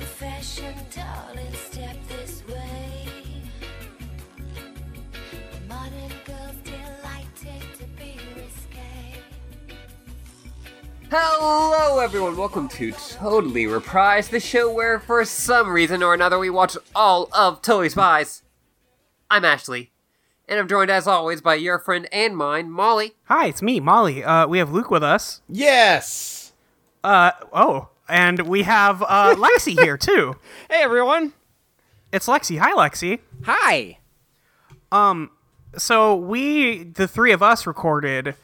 Ocean, darling, step this way. Modern girls delighted to be risque. Hello, everyone. Welcome to Totally Reprise, the show where, for some reason or another, we watch all of Totally Spies. I'm Ashley, and I'm joined, as always, by your friend and mine, Molly. Hi, it's me, Molly. Uh, we have Luke with us. Yes. Uh, oh, and we have uh, Lexi here too. Hey everyone. It's Lexi. Hi, Lexi. Hi. So we, the three of us, recorded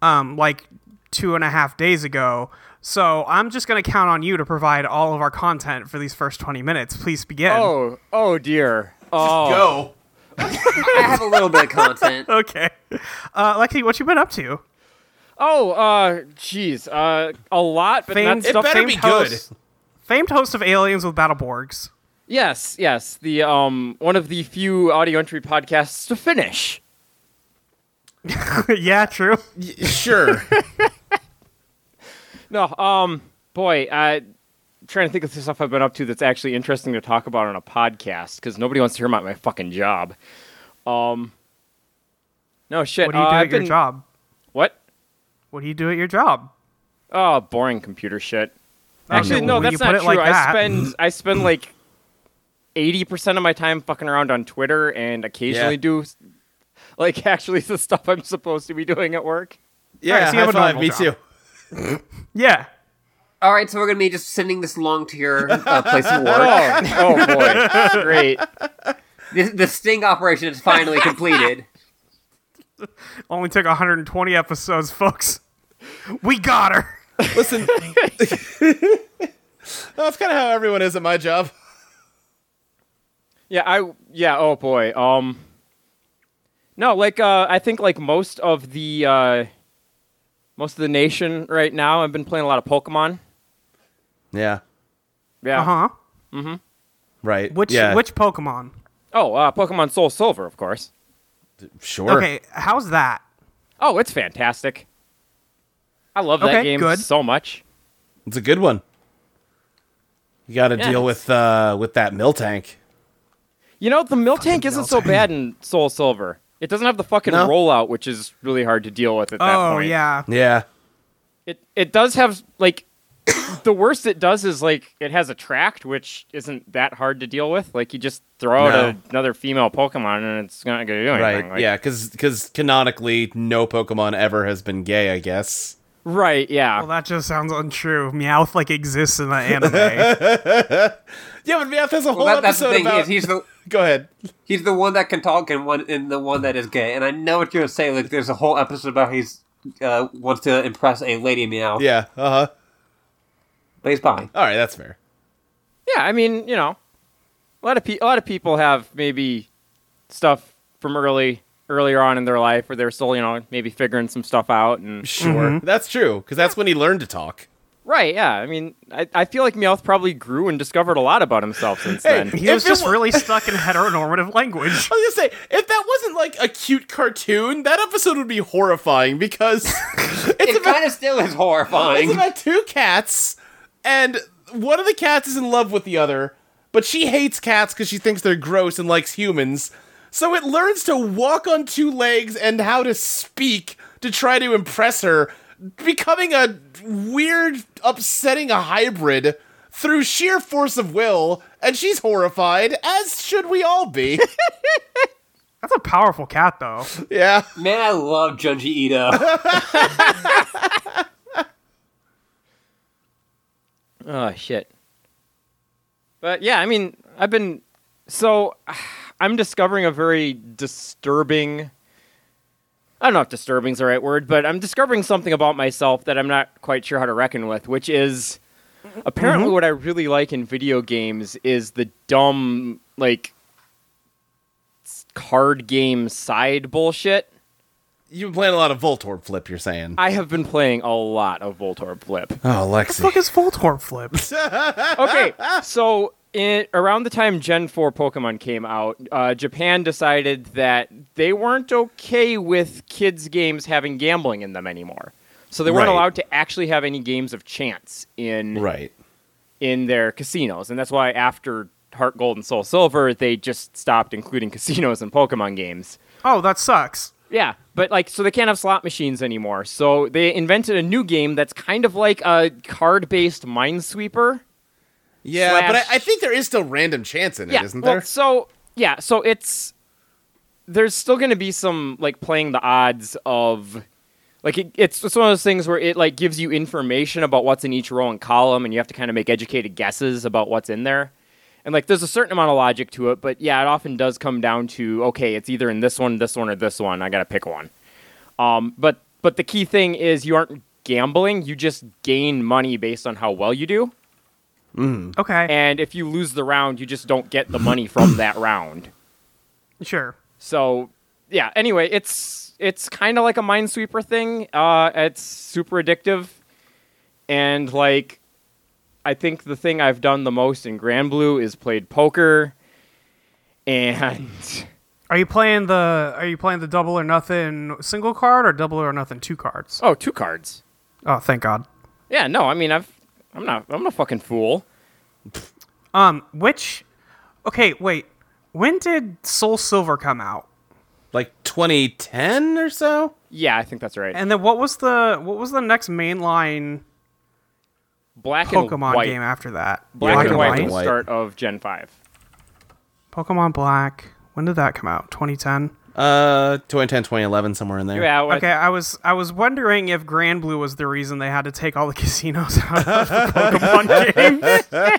um, like two and a half days ago. So I'm just gonna count on you to provide all of our content for these first 20 minutes. Please begin. Oh, oh dear. Oh. Go. I have a little bit of content. Okay. Uh, Lexi, what you been up to? Oh, uh jeez. Uh a lot, but Famed- not It stuff better famed be host- good. Famed host of Aliens with Battleborgs. Yes, yes. The um one of the few audio entry podcasts to finish. yeah, true. Sure. No, um boy, I trying to think of the stuff I've been up to that's actually interesting to talk about on a podcast cuz nobody wants to hear about my fucking job. Um No shit. What do you uh, do I've at your been- job? What? What do you do at your job? Oh, boring computer shit. Oh, Actually, no, when you that's put not it true. like that- I spend I spend like eighty percent of my time fucking around on Twitter and occasionally Yeah. do s- like actually the stuff I'm supposed to be doing at work. Alright, Yeah, so you have a high five. normal Me job. too. Yeah. All right, so we're going to be just sending this along to your uh, place of work. Oh, oh boy, great. the, the sting operation is finally completed. Only took 120 episodes, folks. We got her. Listen. That's kind of how everyone is at my job. Yeah, I yeah, oh boy. Um No, like uh I think like most of the uh most of the nation right now I've been playing a lot of Pokemon. Yeah. Yeah. Uh huh. Right. Which Yeah. which Pokemon? Oh, uh Pokemon Soul Silver, of course. Sure. Okay, how's that? Oh, it's fantastic. I love that Okay, game good. so much. It's a good one. You got to Yeah. deal with uh with that mill tank. You know, the mill tank isn't so Miltank. bad in Soul Silver. It doesn't have the fucking No. rollout, which is really hard to deal with at that oh point. yeah. Yeah. It it does have like the worst it does is like it has a tract, which isn't that hard to deal with. Like you just throw out No. a- another female Pokemon and it's not gonna do anything. Right. Like- Yeah. Because canonically, no Pokemon ever has been gay. I guess. Right, yeah. Well, that just sounds untrue. Meowth like exists in the anime. Yeah, but Meowth has a whole Well, that, that's the episode thing about. is he's the Go ahead. he's the one that can talk and one and the one that is gay. And I know what you're saying. Like, there's a whole episode about he's uh, wants to impress a lady meow, Yeah. Uh huh. but he's fine. All right. That's fair. yeah, I mean, you know. A lot of pe- a lot of people have maybe stuff from early earlier on in their life where they're still, you know, maybe figuring some stuff out and Sure. That's true. Because that's when he learned to talk. Right, yeah. I mean, I, I feel like Meowth probably grew and discovered a lot about himself since then. He was If it just wa- really stuck in heteronormative language. I was gonna say, if that wasn't like a cute cartoon, that episode would be horrifying because it's, It about, kind of still is it's horrifying. about two cats, and one of the cats is in love with the other, but she hates cats because she thinks they're gross and likes humans. So it learns to walk on two legs and how to speak to try to impress her, becoming a weird, upsetting hybrid through sheer force of will, and she's horrified, as should we all be. That's a powerful cat, though. yeah. Man, I love Junji Ito. Oh, shit. But yeah, I mean, I've been. So I'm discovering a very disturbing. I don't know if disturbing's the right word, but I'm discovering something about myself that I'm not quite sure how to reckon with, which is apparently Mm-hmm. what I really like in video games is the dumb, like, s- card game side bullshit. You've been playing a lot of Voltorb Flip, you're saying. I have been playing a lot of Voltorb Flip. oh, Fuck Lexi. is Voltorb flip? Okay, so in, around the time Gen 4 Pokemon came out, uh, Japan decided that they weren't okay with kids' games having gambling in them anymore. So they weren't Right. allowed to actually have any games of chance in Right. in their casinos, and that's why after Heart Gold and Soul Silver, they just stopped including casinos in Pokemon games. Oh, that sucks. Yeah, but like, so they can't have slot machines anymore. So they invented a new game that's kind of like a card-based Minesweeper. Yeah, but Slash- I, I think there is still random chance in it, yeah, not well, there? so yeah, so it's there's still going to be some like playing the odds of like it, it's it's one of those things where it like gives you information about what's in each row and column, and you have to kind of make educated guesses about what's in there. And like, there's a certain amount of logic to it, but yeah, it often does come down to okay, it's either in this one, this one, or this one. I got to pick one. Um, but but the key thing is you aren't gambling; you just gain money based on how well you do Okay, and if you lose the round, you just don't get the money from that round. sure. So, yeah. Anyway, it's it's kind of like a minesweeper thing. Uh, it's super addictive, and like, I think the thing I've done the most in Grand Blue is played poker, and Are you playing the Are you playing the double or nothing single card or double or nothing two cards? oh, two cards. Oh, thank God. Yeah. No, I mean I've I'm not I'm no fucking fool. Um, which? Okay, wait. When did Soul Silver come out? like 2010 or so? Yeah, I think that's right. And then what was the what was the next mainline Black and Pokemon white. game after that? Black, and white, at and the white. start of Gen five. Pokemon Black. When did that come out? 2010. Uh, 2010, 2011, somewhere in there. Yeah. well, Okay, I was I was wondering if Grand Blue was the reason they had to take all the casinos out of the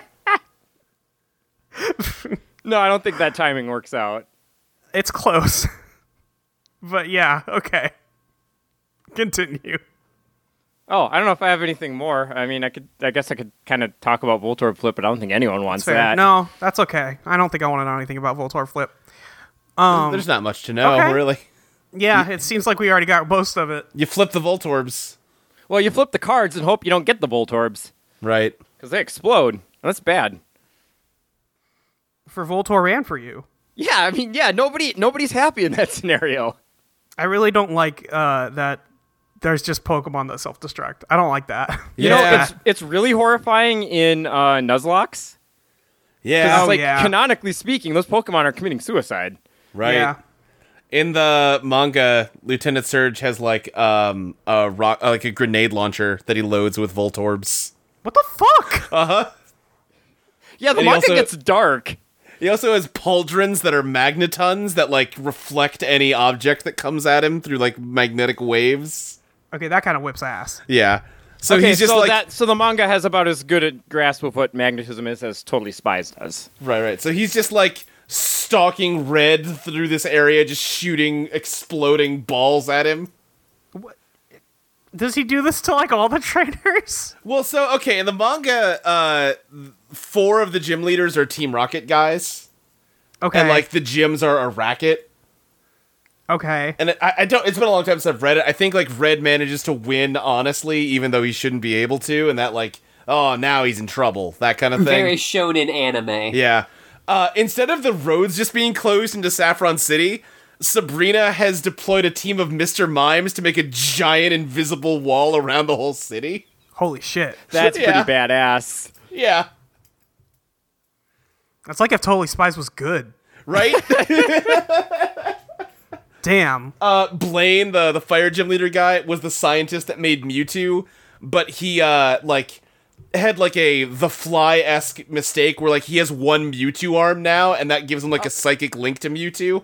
Pokemon games. No, I don't think that timing works out. It's close. But yeah, okay. Continue. Oh, I don't know if I have anything more. I mean, I could. I guess I could kind of talk about Voltorb Flip, but I don't think anyone wants Fair. that. No, that's okay. I don't think I want to know anything about Voltor Flip. There's not much to know, okay. really. Yeah, it seems like we already got most of it. You flip the Voltorbs, Well, you flip the cards and hope you don't get the Voltorbs right? because they explode. And that's bad. For Voltor and for you. Yeah, I mean, yeah, nobody, nobody's happy in that scenario. I really don't like uh, that there's just Pokemon that self destruct. I don't like that. You know, Yeah. it's it's really horrifying in uh, Nuzlocke's. 'Cause Yeah, it's like yeah. canonically speaking, those Pokemon are committing suicide. right. Yeah. In the manga, Lieutenant Surge has like um a rock, uh, like a grenade launcher that he loads with Voltorbs. What the fuck? Yeah, the And he manga also- gets dark. He also has pauldrons that are magnetons that like reflect any object that comes at him through like magnetic waves. okay, that kind of whips ass. Yeah. So okay, he's just so like that so the manga has about as good a grasp of what magnetism is as Totally Spies does. Right, right. So he's just like stalking red through this area, just shooting exploding balls at him. Does he do this to like all the trainers? Well, so okay, in the manga, uh th- four of the gym leaders are Team Rocket guys. Okay. And like the gyms are a racket. okay. And I, I don't it's been a long time since I've read it. I think like Red manages to win honestly, even though he shouldn't be able to, and that like, oh now he's in trouble, that kind of thing. Very shown in anime. Yeah. Uh, instead of the roads just being closed into Saffron City, Sabrina has deployed a team of Mr. Mimes to make a giant invisible wall around the whole city. Holy shit. That's Yeah. pretty badass. Yeah. That's like if Totally Spies was good. Right? Damn. uh, Blaine, the, the fire gym leader guy, was the scientist that made Mewtwo, but he, uh, like, had, like, a The Fly-esque mistake where, like, he has one Mewtwo arm now, and that gives him, like, a psychic link to Mewtwo.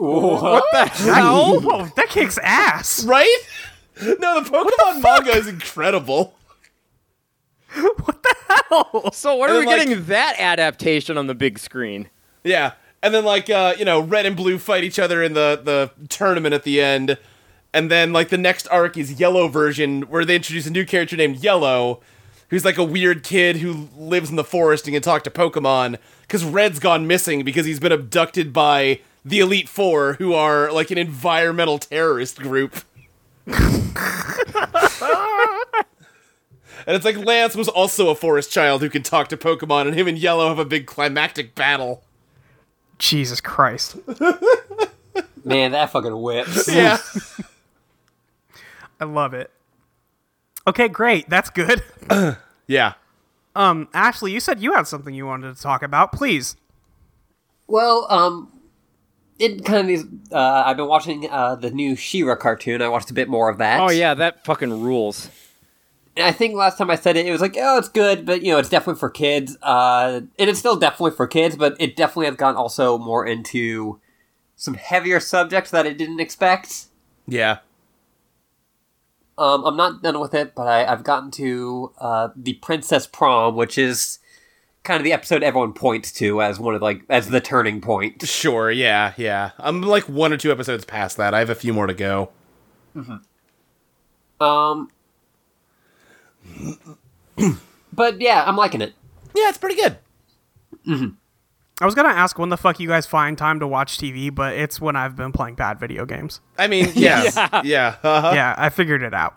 Ow. Whoa, that kicks ass. Right? no, the Pokemon manga is incredible. So what are we And then, like- getting that adaptation on the big screen? Yeah. And then like uh, you know, red and blue fight each other in the the tournament at the end. And then like the next arc is yellow version where they introduce a new character named Yellow who's like a weird kid who lives in the forest and can talk to Pokemon cuz red's gone missing because he's been abducted by the Elite 4 who are like an environmental terrorist group. And it's like Lance was also a forest child who can talk to Pokemon, and him and Yellow have a big climactic battle. Jesus Christ. Man, that fucking whips. Yeah. I love it. Okay, great. That's good. yeah. Um, Ashley, you said you had something you wanted to talk about. Please. Well, um, it kind of is. Uh, I've been watching uh, the new She-Ra cartoon. I watched a bit more of that. Oh yeah, that fucking rules. And I think last time I said it, it was like, oh, it's good, but you know, it's definitely for kids. Uh, and it's still definitely for kids, but it definitely has gone also more into some heavier subjects that I didn't expect. Yeah. Um, I'm not done with it, but I, I've gotten to uh, the Princess Prom, which is kind of the episode everyone points to as one of like as the turning point. Sure. Yeah. Yeah. I'm like one or two episodes past that. I have a few more to go. Um, but yeah, I'm liking it. Yeah, it's pretty good. I was gonna ask when the fuck you guys find time to watch TV, but it's when I've been playing bad video games. I mean, yes. yeah. Uh-huh. Yeah, I figured it out.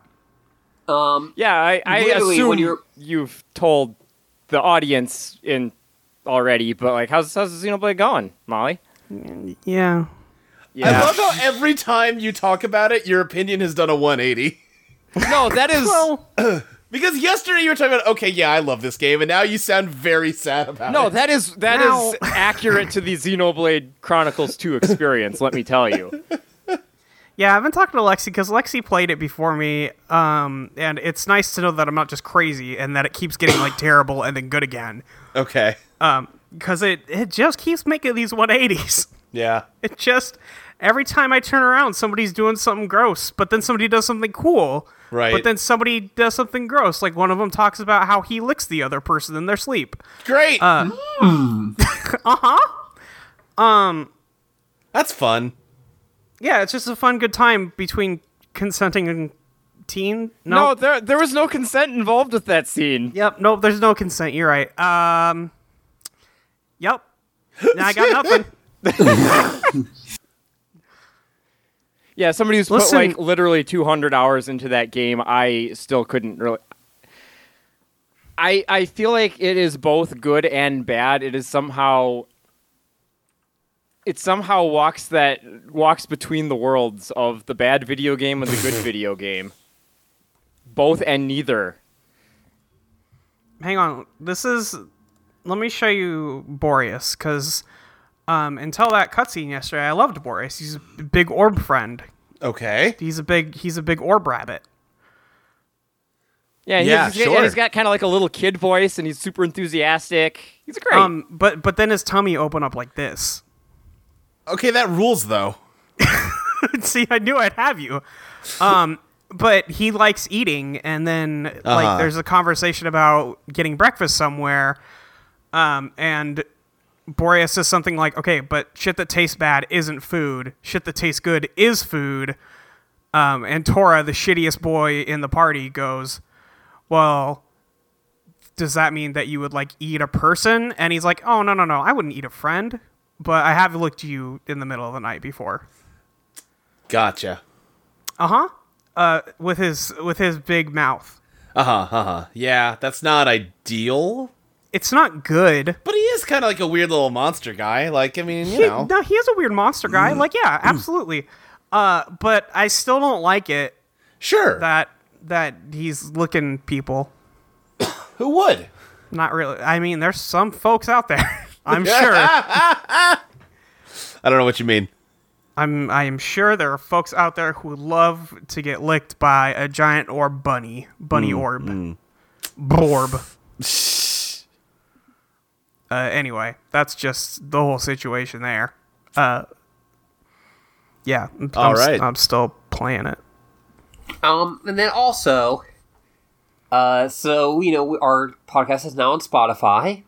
Um, Yeah, I, I Literally, assume when you're- you've told the audience in already, but like, how's how's the Xenoblade going, Molly? Yeah. I Yeah. love how every time you talk about it, your opinion has done a 180. no, that is Because yesterday you were talking about, okay, yeah, I love this game, and now you sound very sad about no, it. that is that is Now- accurate to the Xenoblade Chronicles 2 experience. let me tell you. Yeah, I've been talking to Lexi because Lexi played it before me, um, and it's nice to know that I'm not just crazy and that it keeps getting like terrible and then good again. Okay. Because it it just keeps making these 180s. Yeah. It just every time I turn around, somebody's doing something gross, but then somebody does something cool. Right. But then somebody does something gross. Like one of them talks about how he licks the other person in their sleep. Great. Uh-huh. Uh huh. Um. Um. That's fun. Yeah, it's just a fun, good time between consenting and teen. No. No, there there was no consent involved with that scene. Yep. Nope. There's no consent. You're right. Um. Yep. Now I got nothing. Yeah, somebody who's Listen- put like literally 200 hours into that game, I still couldn't really. I I feel like it is both good and bad. It is somehow. It somehow walks that walks between the worlds of the bad video game and the good video game. Both and neither. Hang on. This is. Let me show you Boreas, because um, until that cutscene yesterday, I loved Boreas. He's a big orb friend. Okay. He's a big. He's a big orb rabbit. Yeah, he's, Yeah, he's- sure. and he's got kind of like a little kid voice, and he's super enthusiastic. He's great. Um. But but then his tummy open up like this. Okay, that rules though. See, I knew I'd have you. Um, but he likes eating, and then Uh-huh. like there's a conversation about getting breakfast somewhere, um, and Boreas says something like, "Okay, but shit that tastes bad isn't food. Shit that tastes good is food." Um, and Tora, the shittiest boy in the party, goes, "Well." Does that mean that you would like eat a person? And he's like, "Oh no, no, no! I wouldn't eat a friend, but I have looked you in the middle of the night before." Gotcha. Uh-huh. Uh with his with his big mouth. Uh huh. Uh huh. Yeah, that's not ideal, It's not good. but he is kind of like a weird little monster guy. Like, I mean, you He- know. Mm. no, he is a weird monster guy. Like, yeah, absolutely. Uh, but I still don't like it Sure. that that he's looking people. Who would? Not really. I mean, there's some folks out there. I'm sure. I don't know what you mean. I'm I am sure there are folks out there who love to get licked by a giant orb bunny, Mm, bunny orb, borb. uh, anyway, that's just the whole situation there. Uh, yeah. I'm, All I'm s- right. I'm still playing it. Um, and then also, uh, so you know, we- our podcast is now on Spotify,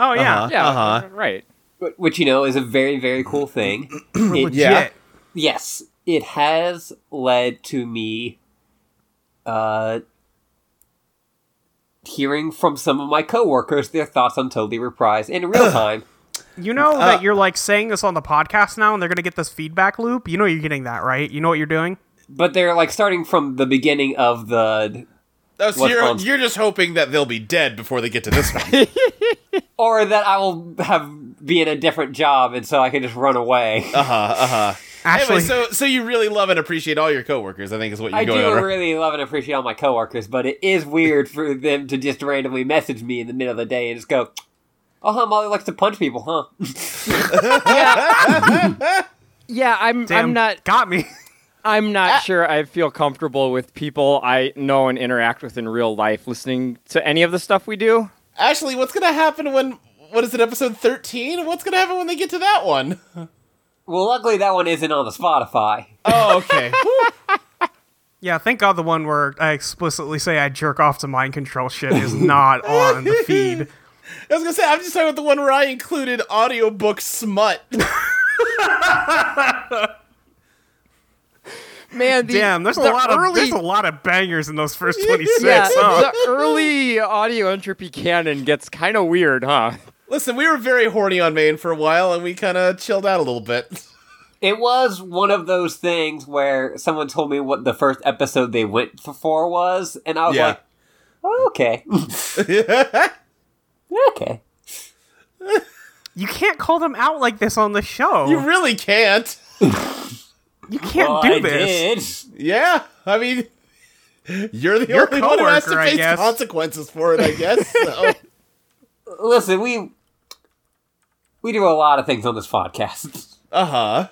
Oh yeah. Uh-huh. yeah, uh-huh. right. wh- which you know is a very very cool thing. It- Yeah. Shit. yes, it has led to me, uh, hearing from some of my coworkers their thoughts on Totally Reprise in real time. You know Uh, that you're like saying this on the podcast now, and they're gonna get this feedback loop. You know you're getting that right. You know what you're doing. But they're like starting from the beginning of the, Oh, so What's you're, fun? you're just hoping that they'll be dead before they get to this one. or that I will have be in a different job and so I can just run away. uh huh. Uh huh. Actually, Anyway, so so you really love and appreciate all your coworkers, I think is what you're I going do over. really love and appreciate all my coworkers, but it is weird for them to just randomly message me in the middle of the day and just go, "Oh, huh, Molly likes to punch people, huh?" Yeah, I'm. damn, I'm not. got me. I'm not sure. I feel comfortable with people I know and interact with in real life listening to any of the stuff we do. Ashley, what's gonna happen when what is it, episode thirteen? What's gonna happen when they get to that one? Well, luckily that one isn't on the Spotify. Oh, okay. yeah, thank God the one where I explicitly say I jerk off to mind control shit is not on the feed. I was gonna say I'm just talking about the one where I included audiobook smut. Man, the, Damn, there's a the lot of early, there's a lot of bangers in those first twenty six. yeah, huh? the early audio entropy canon gets kind of weird, huh? Listen, we were very horny on Maine for a while, and we kind of chilled out a little bit. It was one of those things where someone told me what the first episode they went for was, and I was Yeah. like, oh, "Okay, okay." You can't call them out like this on the show. you really can't. You can't Well, do I this. did. Yeah, I mean, you're the only one who has to coworker, I face guess. consequences for it. I guess. So. Listen, we we do a lot of things on this podcast. uh huh.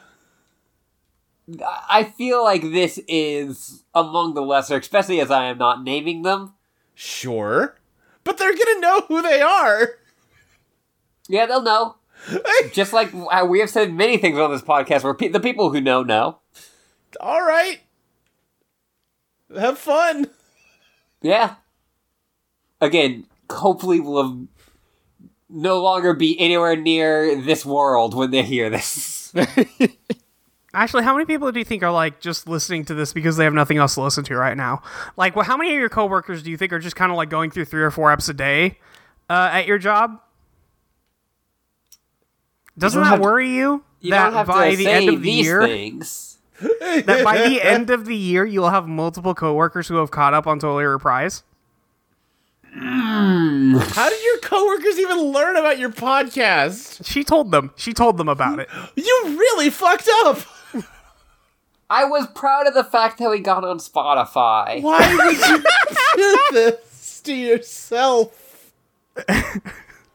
I feel like this is among the lesser, especially as I am not naming them. Sure, but they're gonna know who they are. Yeah, they'll know. Just like how we have said many things on this podcast where pe- the people who know know. All right. Have fun. Yeah. Again, hopefully we'll have no longer be anywhere near this world when they hear this. Actually, how many people do you think are like just listening to this because they have nothing else to listen to right now? Like, well, how many of your coworkers do you think are just kind of like going through three or four apps a day uh, at your job? Doesn't that have to- worry you? You that don't have by to the say end of the these year, things. that by the end of the year, you'll have multiple coworkers who have caught up on Totally Reprise. How did your coworkers even learn about your podcast? She told them. She told them about it. You really fucked up. I was proud of the fact that we got on Spotify. Why would you do this to yourself?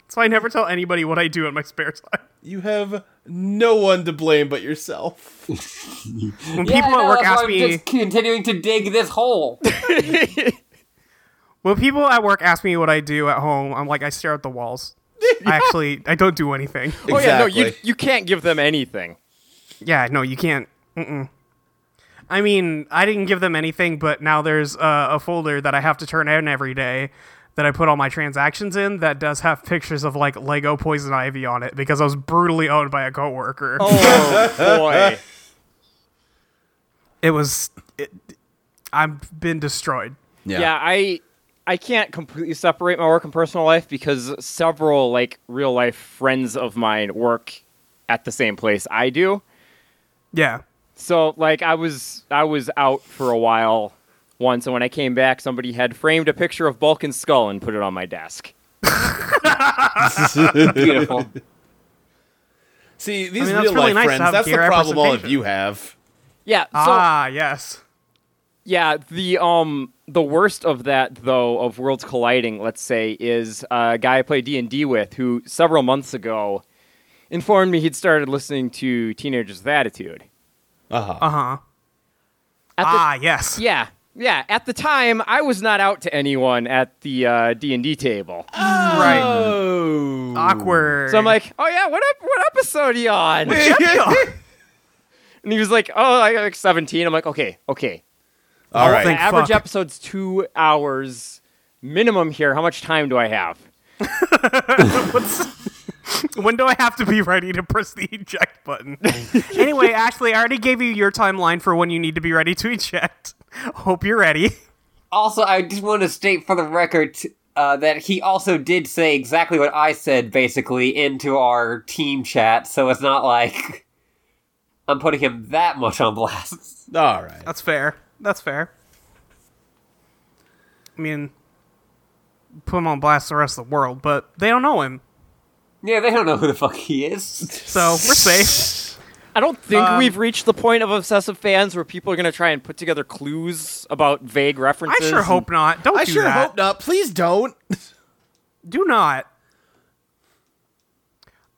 So I never tell anybody what I do in my spare time. You have no one to blame but yourself. When Yeah, people no, at work that's why ask I'm me, just continuing to dig this hole. When people at work ask me what I do at home, I'm like, I stare at the walls. I actually, I don't do anything. Exactly. Oh yeah, no, you you can't give them anything. Yeah, no, you can't. Mm-mm. I mean, I didn't give them anything, but now there's uh, a folder that I have to turn in every day that I put all my transactions in that does have pictures of like Lego Poison Ivy on it because I was brutally owned by a coworker. Oh boy. It was, it, I've been destroyed. yeah i i can't completely separate my work and personal life because several like real life friends of mine work at the same place i do Yeah. so like i was i was out for a while once and when i came back somebody had framed a picture of balkan's skull and put it on my desk Beautiful. See, these I mean, that's real really life nice to friends, have that's the peer problem all of representation. you have. yeah so ah, yes. yeah the um the worst of that though of worlds colliding let's say is a guy i play d&d with who several months ago informed me he'd started listening to teenagers with attitude Uh huh. At the- Ah, yes. Yeah, yeah. At the time, I was not out to anyone at the uh, D and D table, Right. Oh. Awkward. so I'm like, "Oh yeah, what up? What episode are you on?" And he was like, "Oh, I got like 17." I'm like, "Okay, okay. all right. The Thank average fuck. episode's two hours minimum here. How much time do I have?" When do I have to be ready to press the eject button? anyway, Ashley, I already gave you your timeline for when you need to be ready to eject. Hope you're ready. Also, I just want to state for the record uh, that he also did say exactly what I said, basically, into our team chat, so it's not like I'm putting him that much on blast. All right. That's fair. That's fair. I mean, put him on blast to the rest of the world, but they don't know him, Yeah, they don't know who the fuck he is. so we're safe. I don't think we've reached the point of obsessive fans where people are going to try and put together clues about vague I references. sure hope not. Don't I do sure that. hope not. Please don't. Do not.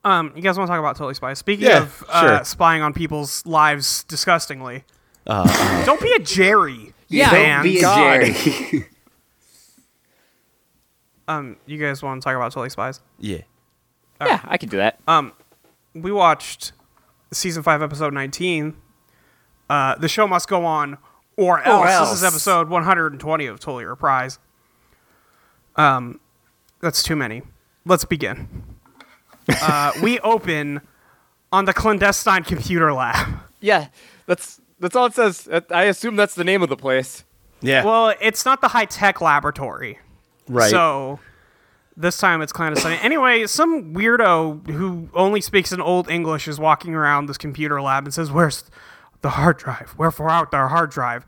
Um, you guys want to talk about Totally Spies? Speaking Yeah, of uh, sure. spying on people's lives disgustingly, Uh, don't be a Jerry. Yeah, Don't be a fans. Jerry. Um, you guys want to talk about Totally Spies? Yeah. Yeah, I could do that. we watched season five, episode nineteen. Uh, the show must go on, or else. This is else. episode one hundred and twenty of Totally Reprise. Um, that's too many. Let's begin. Uh, we open on the clandestine computer lab. yeah, that's that's all it says. Uh, I assume that's the name of the place. Yeah. Well, it's not the high tech laboratory. right. So this time it's clandestine. anyway, some weirdo who only speaks in old English is walking around this computer lab and says, "Where's the hard drive? Wherefore out their hard drive?"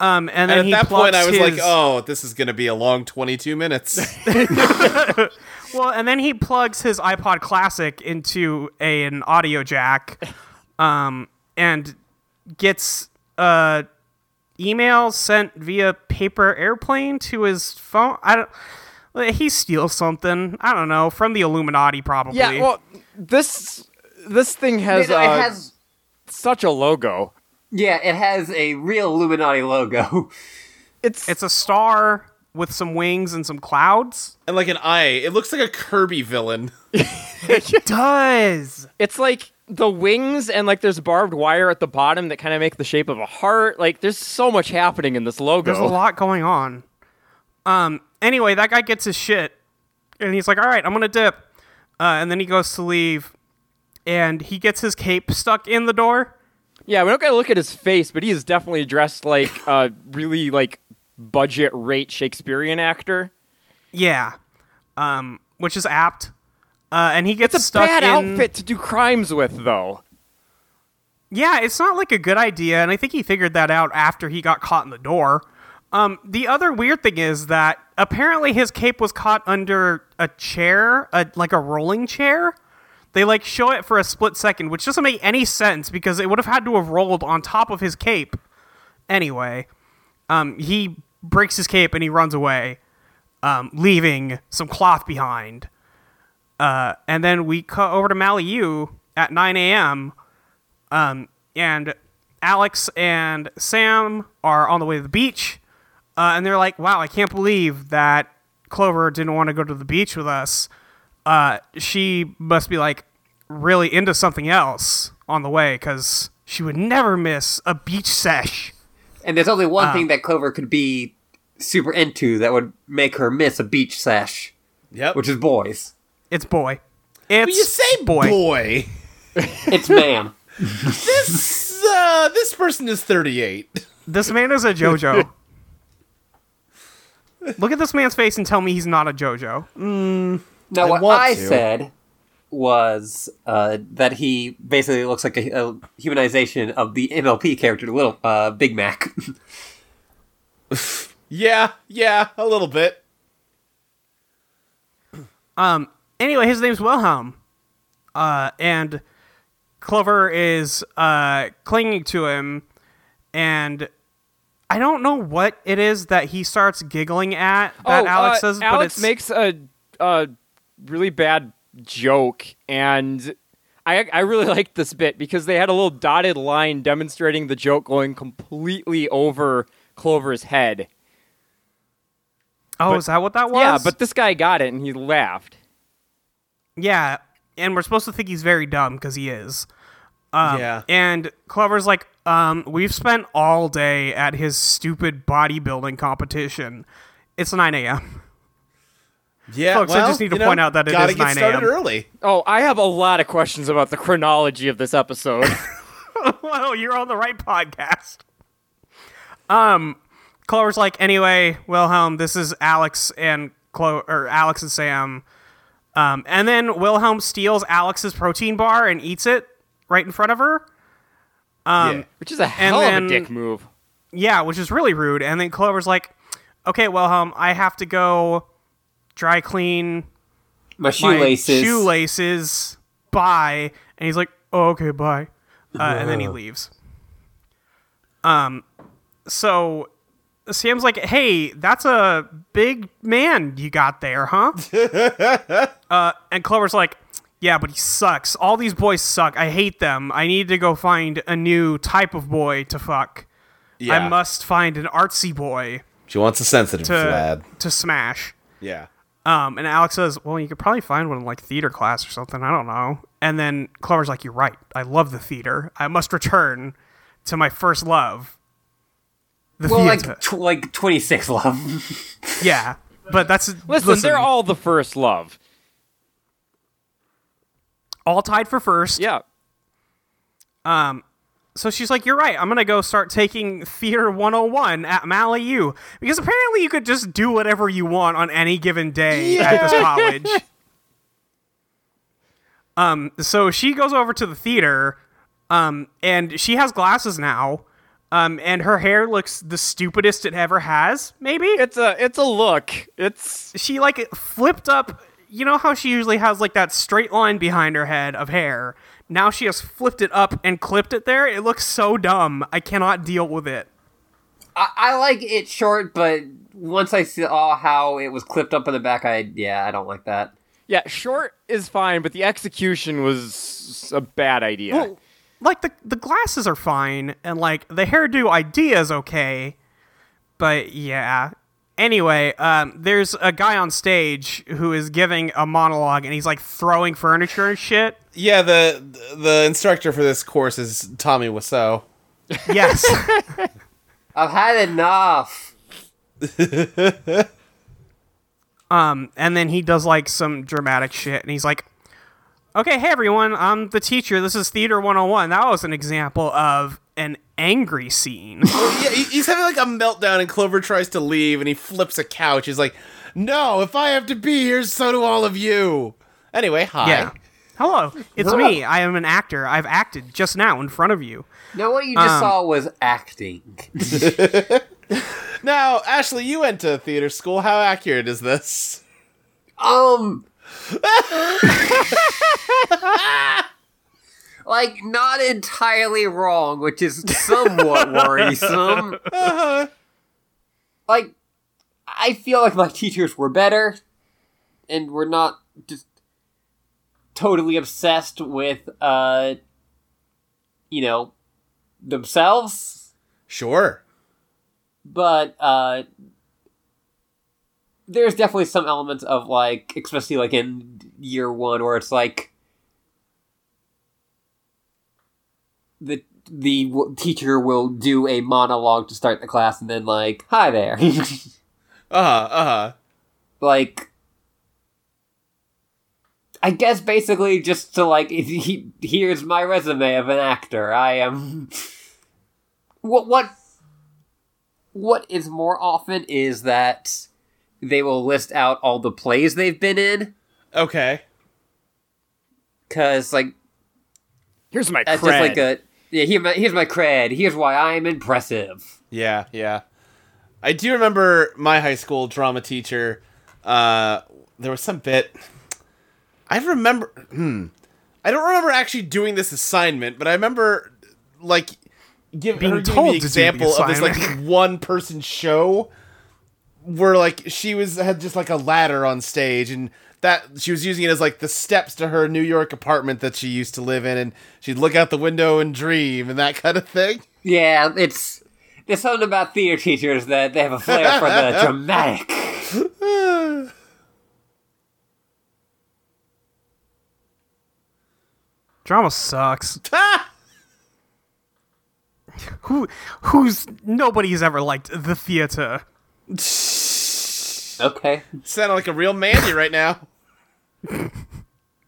Um, and then and at he that point, plugs I was his, like, "Oh, this is gonna be a long 22 minutes." Well, and then he plugs his iPod Classic into a, an audio jack, um, and gets a email sent via paper airplane to his phone. I don't. like, He steals something. I don't know from the Illuminati, probably. Yeah, well, this this thing has, it, uh, has, such a logo. yeah, it has a real Illuminati logo. It's, it's a star with some wings and some clouds. and like an eye, it looks like a Kirby villain. It does. it's like the wings and like there's barbed wire at the bottom that kind of make the shape of a heart. Like there's so much happening in this logo. There's a lot going on. Um. Anyway, that guy gets his shit, and he's like, "All right, I'm gonna dip," uh, and then he goes to leave, and he gets his cape stuck in the door. Yeah, we don't gotta look at his face, but he is definitely dressed like a really like budget rate Shakespearean actor. Yeah. Um. Which is apt. Uh, and he gets It's a stuck bad in. outfit to do crimes with, though. Yeah, it's not like a good idea, and I think he figured that out after he got caught in the door. Um, the other weird thing is that apparently his cape was caught under a chair, a, like a rolling chair. They like show it for a split second, which doesn't make any sense because it would have had to have rolled on top of his cape. Anyway, um, he breaks his cape and he runs away, um, leaving some cloth behind. Uh, and then we cut over to Maliu at 9 a.m and Alex and Sam are on the way to the beach, uh, and they're like, "Wow, I can't believe that Clover didn't want to go to the beach with us. Uh, she must be like really into something else on the way, because she would never miss a beach sesh." And there's only one thing that Clover could be super into that would make her miss a beach sesh, Yep. which is boys. It's boy. It's Well, you say boy. Boy. It's man. This uh, this person is 38. This man is a JoJo. Look at this man's face and tell me he's not a JoJo. Now, what want I to. said was uh, that he basically looks like a, a humanization of the MLP character, Little uh, Big Mac. Yeah, yeah, a little bit. anyway, his name's Wilhelm. Uh, and Clover is uh, clinging to him. And I don't know what it is that he starts giggling at that oh, Alex uh, says, but Alex it's makes a a really bad joke, and I I really liked this bit because they had a little dotted line demonstrating the joke going completely over Clover's head. oh, is that what that was? Yeah, but this guy got it and he laughed. yeah, and we're supposed to think he's very dumb because he is. Um, yeah. And Clover's like, um, we've spent all day at his stupid bodybuilding competition. It's 9 a.m. yeah, folks, I well, just need to you know, point out that it gotta is get 9 started a.m.. early. Oh, I have a lot of questions about the chronology of this episode. well, you're on the right podcast. Um, Clover's like, anyway, Wilhelm, this is Alex and Clo or Alex and Sam. Um, and then Wilhelm steals Alex's protein bar and eats it right in front of her. Um, Which is a hell then- of a dick move. Yeah, which is really rude. And then Clover's like, okay, Wilhelm, I have to go dry clean My my shoelaces. shoelaces. Bye. And he's like, oh, okay, bye. uh, and then he leaves. Um, so Sam's like, "Hey, that's a big man you got there, huh?" uh, and Clover's like, "Yeah, but he sucks. All these boys suck. I hate them. I need to go find a new type of boy to fuck. Yeah. I must find an artsy boy She wants a sensitive to lad. to smash." Yeah. Um, and Alex says, "Well, you could probably find one in like theater class or something. I don't know." And then Clover's like, "You're right. I love the theater. I must return to my first love, the Well, theater." like tw- like 26 love. yeah, but that's Listen, they're all the first love. all tied for first. Yeah. So she's like, "You're right. I'm gonna go start taking theater 101 at Mally U because apparently you could just do whatever you want on any given day at this college." um, so she goes over to the theater, um, and she has glasses now, um, and her hair looks the stupidest it ever has. Maybe It's a it's a look. It's she like flipped up. You know how she usually has like that straight line behind her head of hair. Now she has flipped it up and clipped it there. It looks so dumb. I cannot deal with it. I, I like it short, but once I saw how it was clipped up in the back, I yeah, I don't like that. yeah, short is fine, but the execution was a bad idea. Well, like the the glasses are fine and like the hairdo idea is okay, but yeah. Anyway, um, there's a guy on stage who is giving a monologue and he's like throwing furniture and shit. Yeah, the the instructor for this course is Tommy Wiseau. Yes. I've had enough. and then he does like some dramatic shit and he's like okay hey everyone i'm the teacher this is theater 101 that was an example of an angry scene Yeah, he- he's having like a meltdown, and Clover tries to leave, and he flips a couch. He's like, "No, if I have to be here, so do all of you." Anyway, hi. yeah hello it's me i am an actor i've acted just now in front of you Now what you just saw was acting. Now, Ashley, you went to theater school. How accurate is this? Um. like, not entirely wrong, which is somewhat worrisome. Like, I feel like my teachers were better, and were not just totally obsessed with, uh, you know, themselves Sure. but uh there's definitely some elements of like especially like in year one where it's like the the w- teacher will do a monologue to start the class and then like hi there Uh huh. Uh huh. like I guess basically just to like if he, here's my resume of an actor. I am what what what is more often is that they will list out all the plays they've been in Okay. cuz like Here's my that's cred. just like a yeah, here my, here's my cred. Here's why I'm impressive. Yeah, yeah. I do remember my high school drama teacher. Uh, there was some bit. I remember. Hmm. I don't remember actually doing this assignment, but I remember like give, Being her giving told me to do the example of this like assignment. one person show where like she was had just like a ladder on stage and that she was using it as like the steps to her New York apartment that she used to live in and she'd look out the window and dream and that kind of thing. Yeah, it's there's something about theater teachers that they have a flair for the dramatic. drama sucks Ah! who who's nobody's ever liked the theater Okay. Sounded like a real Mandy right now.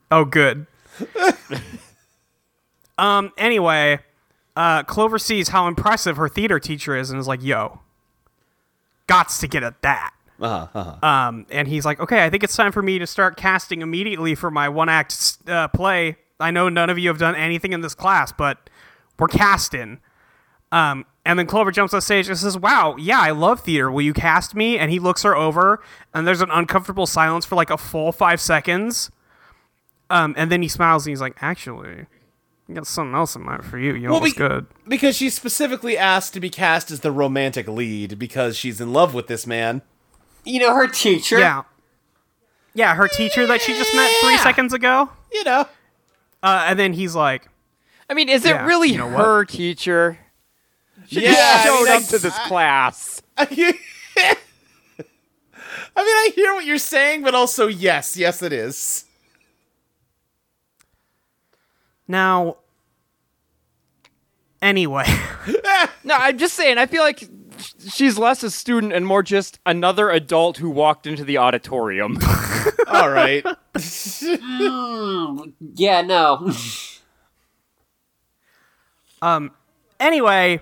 Oh, good. um. Anyway, uh, Clover sees how impressive her theater teacher is and is like, "Yo, gots to get at that." Um. And he's like, "Okay, I think it's time for me to start casting immediately for my one act uh, play. I know none of you have done anything in this class, but we're casting." Um. And then Clover jumps on stage and says, "Wow, yeah, I love theater. Will you cast me?" And he looks her over, and there's an uncomfortable silence for like a full five seconds. Um, and then he smiles and he's like, actually, I got something else in mind for you. You know Well, what's be- good. Because she specifically asked to be cast as the romantic lead because she's in love with this man. You know, her teacher. Yeah. Yeah, her teacher that she just met three Yeah. seconds ago. You know. Uh, and then he's like, I mean, is Yeah, it really you know what? her teacher? She Yeah, just I showed mean, up I- to this class. I mean, I hear what you're saying, but also yes, yes, it is. now. Anyway, No, I'm just saying. I feel like sh- she's less a student and more just another adult who walked into the auditorium. All right. Yeah, no. anyway,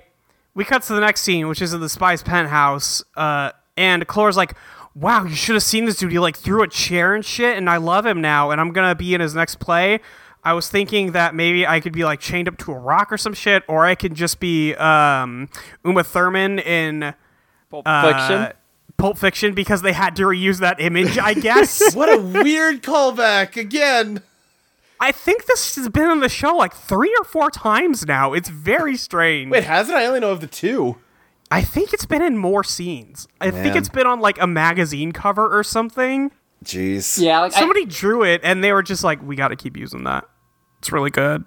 we cut to the next scene, which is in the spy's penthouse. Uh, and Clora's like, wow, you should have seen this dude. He like threw a chair and shit, and I love him now, and I'm gonna be in his next play. I was thinking that maybe I could be like chained up to a rock or some shit, or I could just be um, Uma Thurman in Pulp uh, Fiction. Pulp Fiction because they had to reuse that image, I guess. what a weird callback again. I think this has been on the show like three or four times now. It's very strange. Wait, has it? I only know of the two. I think it's been in more scenes. I think Man. it's been on like a magazine cover or something. Jeez. yeah, like, Somebody drew it and they were just like, we got to keep using that. It's really good.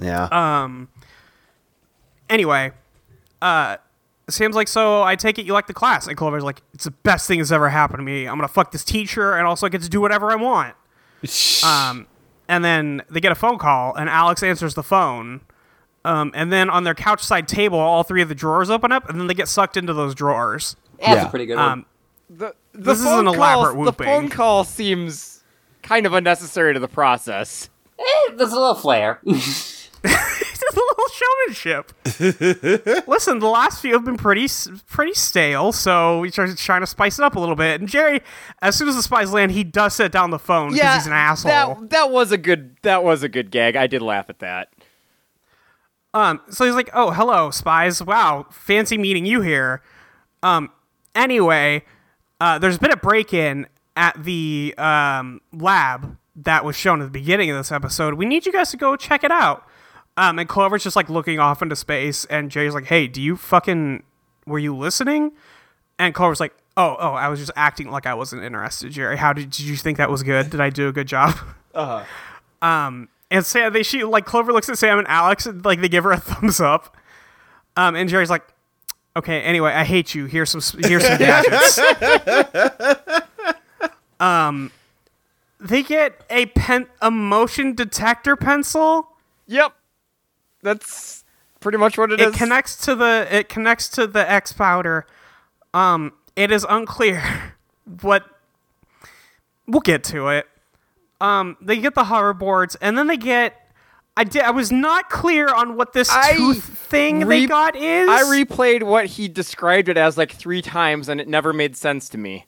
Yeah. Anyway, uh, Sam's like, so I take it you like the class. And Clover's like, it's the best thing that's ever happened to me. I'm going to fuck this teacher and also I get to do whatever I want. Um, and then they get a phone call, and Alex answers the phone. Um, and then on their couch side table, all three of the drawers open up, and then they get sucked into those drawers. I, that's yeah. a pretty good one. Um, the, the this is phone an elaborate calls- whooping. The phone call seems kind of unnecessary to the process. Eh, there's a little flair. It's just a little showmanship. Listen, the last few have been pretty s- pretty stale, so we try trying to spice it up a little bit. And Jerry, as soon as the spies land, he does set down the phone because he's an asshole. That that was a good that was a good gag. I did laugh at that. Um, so he's like, "Oh, hello, spies! Wow, fancy meeting you here." Um, anyway, uh, there's been a break-in at the um, lab that was shown at the beginning of this episode. We need you guys to go check it out. Um, and Clover's just like looking off into space, and Jerry's like, "Hey, do you fucking were you listening?" And Clover's like, "Oh, oh, I was just acting like I wasn't interested, Jerry. How did did you think that was good? Did I do a good job?" And Sam, they she like Clover looks at Sam and Alex, and like they give her a thumbs up. Um, and Jerry's like, "Okay, anyway, I hate you. Here's some here's some gadgets." um, they get a pen a motion detector pencil. Yep, that's pretty much what It connects to the it connects to the X powder. Um, it is unclear what. We'll get to it. Um, they get the hoverboards, and then they get. I did. I was not clear on what this I tooth thing they re- got is. I replayed what he described it as like three times, and it never made sense to me.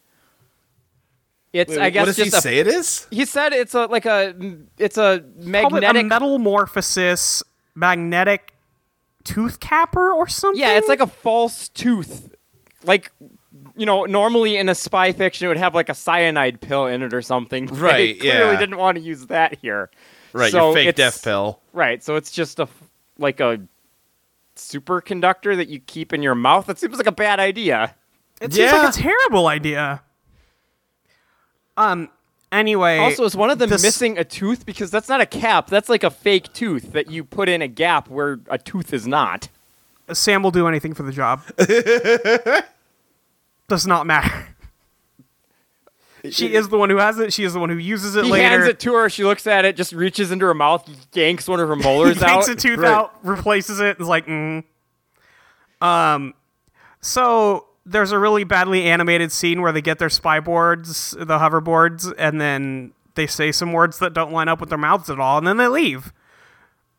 It's I guess what does just he a, say it is? He said it's a like a it's a Call it magnetic. a metal morphosis magnetic tooth capper or something. yeah, it's like a false tooth. Like you know, normally in a spy fiction, it would have like a cyanide pill in it or something. but Right, They clearly yeah. didn't want to use that here. Right, So your fake it's- death pill. Right. So it's just a f- like a superconductor that you keep in your mouth. That seems like a bad idea. it seems Yeah. like a terrible idea. Um. Anyway, Also, is one of them this- missing a tooth? Because that's not a cap. That's like a fake tooth that you put in a gap where a tooth is not. Sam will do anything for the job. Does not matter. She is the one who has it. She is the one who uses it He later. hands it to her. She looks at it, just reaches into her mouth, yanks one of her molars takes out. a tooth Right. out, replaces it. Is like, mm. um, so there's a really badly animated scene where they get their spy boards, the hoverboards, and then they say some words that don't line up with their mouths at all, and then they leave.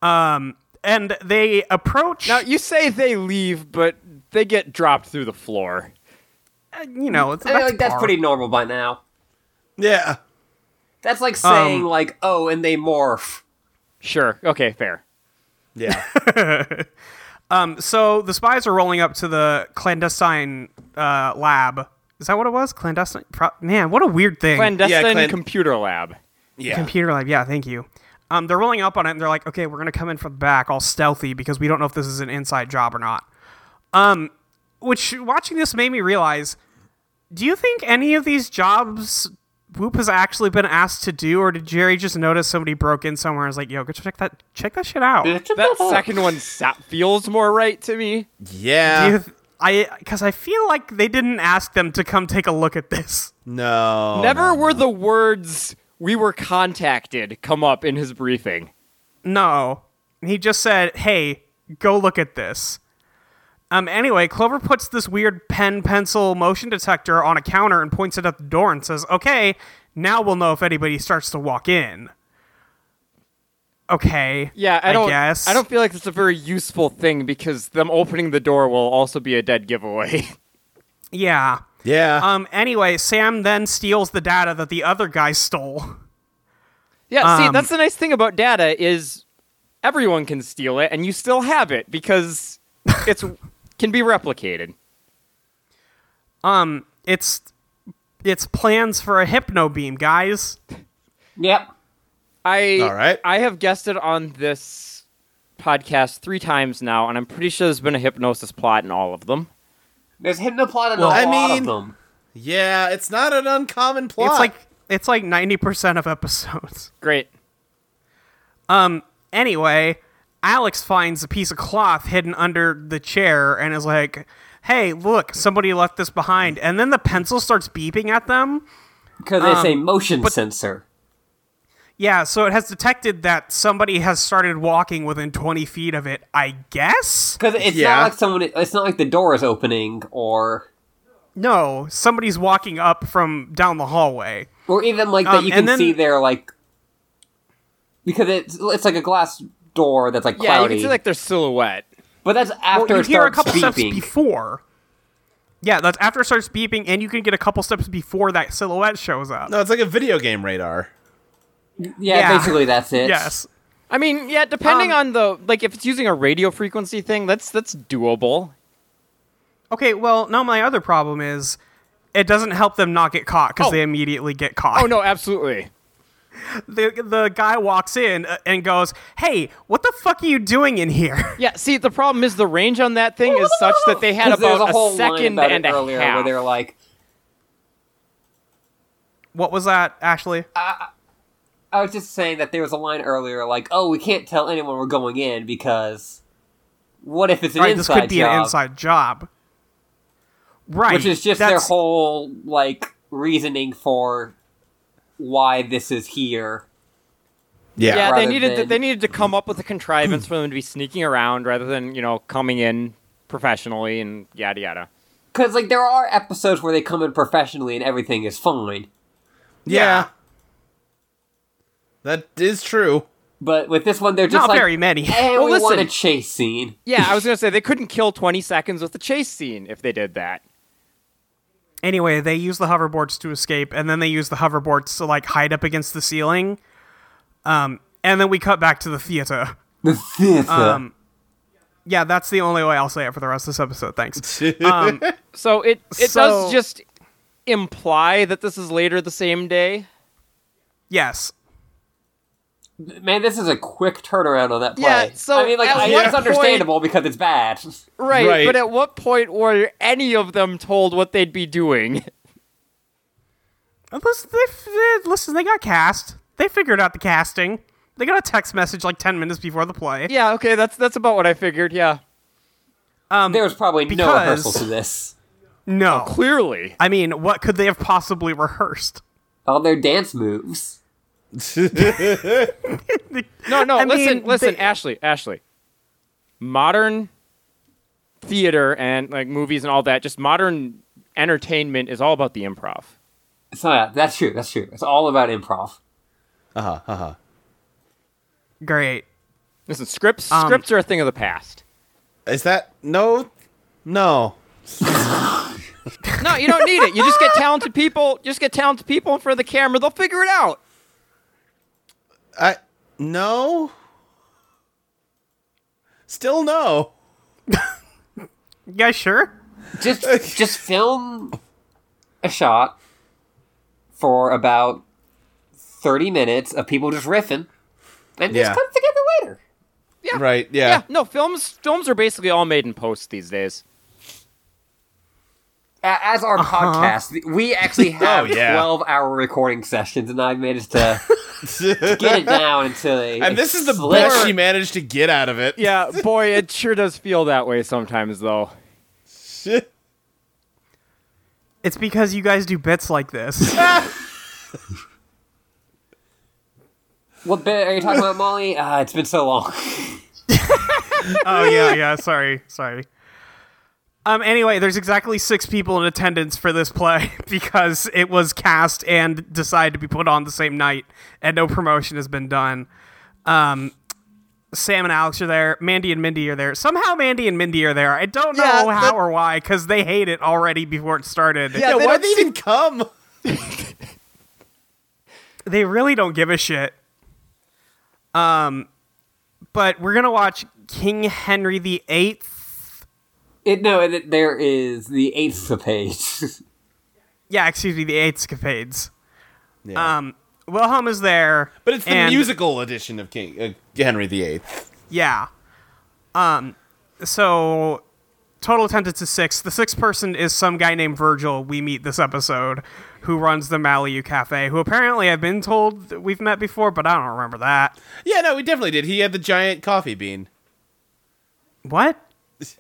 Um, and they approach. now you say they leave, but they get dropped through the floor. uh, you know, it's I feel like that's par. pretty normal by now. Yeah. That's like saying, Um, like, oh, and they morph. Sure. Okay. Fair. Yeah. so the spies are rolling up to the clandestine uh, lab. Is that what it was? Clandestine? Pro- Man, what a weird thing. Clandestine clan- computer lab. Yeah. Computer lab. Yeah, thank you. Um, they're rolling up on it and they're like, okay, we're going to come in from the back all stealthy because we don't know if this is an inside job or not. Um, which watching this made me realize do you think any of these jobs Whoop has actually been asked to do, or did Jerry just notice somebody broke in somewhere and was like, yo, go check that, check that shit out? That second one sa- feels more right to me. Do Yeah. you th- I because I feel like they didn't ask them to come take a look at this. Oh, no. Never were the words "we were contacted" come up in his briefing. No, he just said, "Hey, go look at this." Um. Anyway, Clover puts this weird pen pencil motion detector on a counter and points it at the door and says, "Okay, now we'll know if anybody starts to walk in." Okay. Yeah, I don't. guess. I don't feel like it's a very useful thing because them opening the door will also be a dead giveaway. Yeah. Yeah. Um. Anyway, Sam then steals the data that the other guy stole. yeah, see, Um, that's the nice thing about data is everyone can steal it, and you still have it because it's can be replicated. It's it's plans for a hypno beam, guys. Yep. I All right. I have guessed it on this podcast three times now, and I'm pretty sure there's been a hypnosis plot in all of them. There's hidden plot in Well, a I lot mean- of them. yeah. It's not an uncommon plot. It's like it's like ninety percent of episodes. Great. Anyway, Alex finds a piece of cloth hidden under the chair and is like, "Hey, look, somebody left this behind." And then the pencil starts beeping at them. Because it's um, a motion sensor. Yeah, so it has detected that somebody has started walking within twenty feet of it. I guess. Because it's Yeah. not like someone. It's not like the door is opening, or No, somebody's walking up from down the hallway. or even like that Um, you and can then- see there, like because it's it's like a glass door that's like Yeah, you cloudy. can see like their silhouette. but that's after well, you it hear a starts couple steps beeping. before. Yeah, that's after it starts beeping, and you can get a couple steps before that silhouette shows up. no, it's like a video game radar. yeah, Yeah. basically that's it. Yes. I mean, yeah, depending Um, on the like, if it's using a radio frequency thing, that's that's doable. Okay, well, now my other problem is it doesn't help them not get caught because Oh. they immediately get caught. Oh no, absolutely. The, the guy walks in uh, and goes, Hey, what the fuck are you doing in here? Yeah, see, the problem is the range on that thing is such that they had 'Cause there's about a whole line second about and it a earlier half. where they're like, what was that, Ashley? Uh, I was just saying that there was a line earlier like, oh, we can't tell anyone we're going in because what if it's an right, this inside could be job? an inside job. Right. Which is just their that's- whole like reasoning for why this is here. yeah, they rather needed to, than- they needed to come up with a contrivance for them to be sneaking around rather than you know coming in professionally and yada yada. Because like there are episodes where they come in professionally and everything is fine, Yeah. That is true. but with this one they're just Not like, very many. hey, Well, we want a listen. chase scene. Yeah, I was gonna say they couldn't kill 20 seconds with the chase scene if they did that. Anyway, they use the hoverboards to escape, and then they use the hoverboards to like hide up against the ceiling. Um, and then we cut back to the theater. The theater. Um, Yeah, that's the only way I'll say it for the rest of this episode. Thanks. So it it So- does just imply that this is later the same day. yes. Man, this is a quick turnaround on that play. Yeah, so I mean, like, at I, what it's point- understandable because it's bad. Right, Right. but at what point were any of them told what they'd be doing? Listen they, f- eh, listen, they got cast. They figured out the casting. They got a text message like 10 minutes before the play. Yeah, okay, that's that's about what I figured. Yeah, there was probably no because- rehearsal to this. Um, No. clearly. I mean, what could they have possibly rehearsed? All their dance moves. No, no. I listen, mean, listen, they- Ashley, Ashley. Modern theater and like movies and all that, just modern entertainment is all about the improv. It's not, that's true. That's true. It's all about improv. Great. Listen, scripts Um, scripts are a thing of the past. Is that no? No. No, you don't need it. You just get talented people. You just get talented people in front of the camera. They'll figure it out. I no. Still no. You guys sure? Just, just film a shot for about thirty minutes of people just riffing. And this Yeah. comes together later. Yeah. Right, yeah. No, films films are basically all made in post these days. A- As our podcast, we actually have Uh-huh. Oh, yeah. 12 hour recording sessions, and I managed to get it down until they. and this is the slick. best she managed to get out of it. Yeah, boy, it sure does feel that way sometimes though. It's because you guys do bits like this. What bit are you talking about, Molly? Uh, it's been so long. oh yeah, yeah. Sorry, sorry. Um. Anyway, there's exactly six people in attendance for this play because it was cast and decided to be put on the same night, and no promotion has been done. Um, Sam and Alex are there. Mandy and Mindy are there. Somehow Mandy and Mindy are there. I don't know Yeah, how that- or why because they hate it already before it started. Yeah, they don't why'd they even come? they really don't give a shit. Um, but we're gonna watch King Henry the Eighth. It, no, it, it- there is the eighth page. Yeah, excuse me, the Eighth Capades. Yeah. Um, Wilhelm is there, but it's the and- musical edition of King uh, Henry VIII. Yeah. Um, so total attendance is six. The sixth person is some guy named Virgil. We meet this episode, who runs the Maliu Cafe, who apparently I've been told that we've met before, but I don't remember that. Yeah, no, we definitely did. He had the giant coffee bean. What?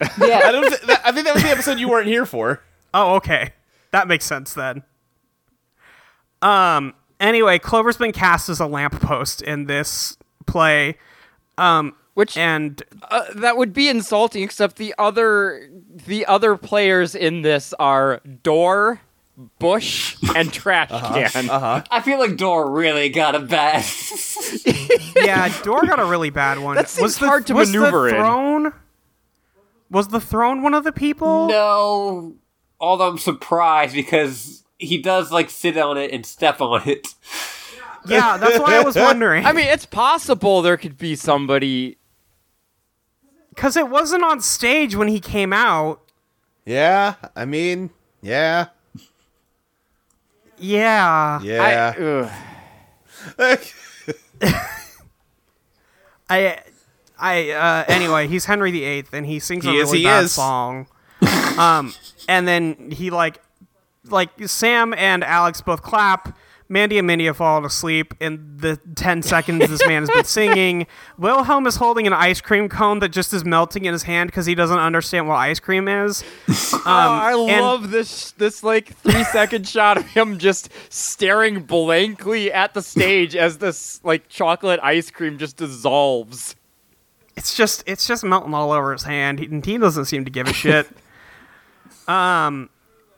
I yeah, don't. Th- that, I think that was the episode you weren't here for. Oh, okay. That makes sense then. Um. Anyway, Clover's been cast as a lamppost in this play, Which and uh, that would be insulting except the other the other players in this are Door, Bush, and Trash Can. I feel like Dor really got a bad. yeah, Dor got a really bad one. That seems was the, hard to was maneuver the in. throne? Was the throne one of the people? no, although I'm surprised because he does like sit on it and step on it. Yeah, that's why I was wondering. I mean, it's possible there could be somebody because it wasn't on stage when he came out. Yeah, I mean, yeah, Yeah, I- ugh. I, I. Uh, anyway, he's Henry VIII, and he sings He a is, really he bad is. song. um, and then he like, like Sam and Alex both clap. Mandy and Mindy have fallen asleep in the 10 seconds this man has been singing. Wilhelm is holding an ice cream cone that just is melting in his hand because he doesn't understand what ice cream is. Oh, I and- love this this like three second shot of him just staring blankly at the stage as this like chocolate ice cream just dissolves. it's just it's just melting all over his hand. He, and he doesn't seem to give a shit. um.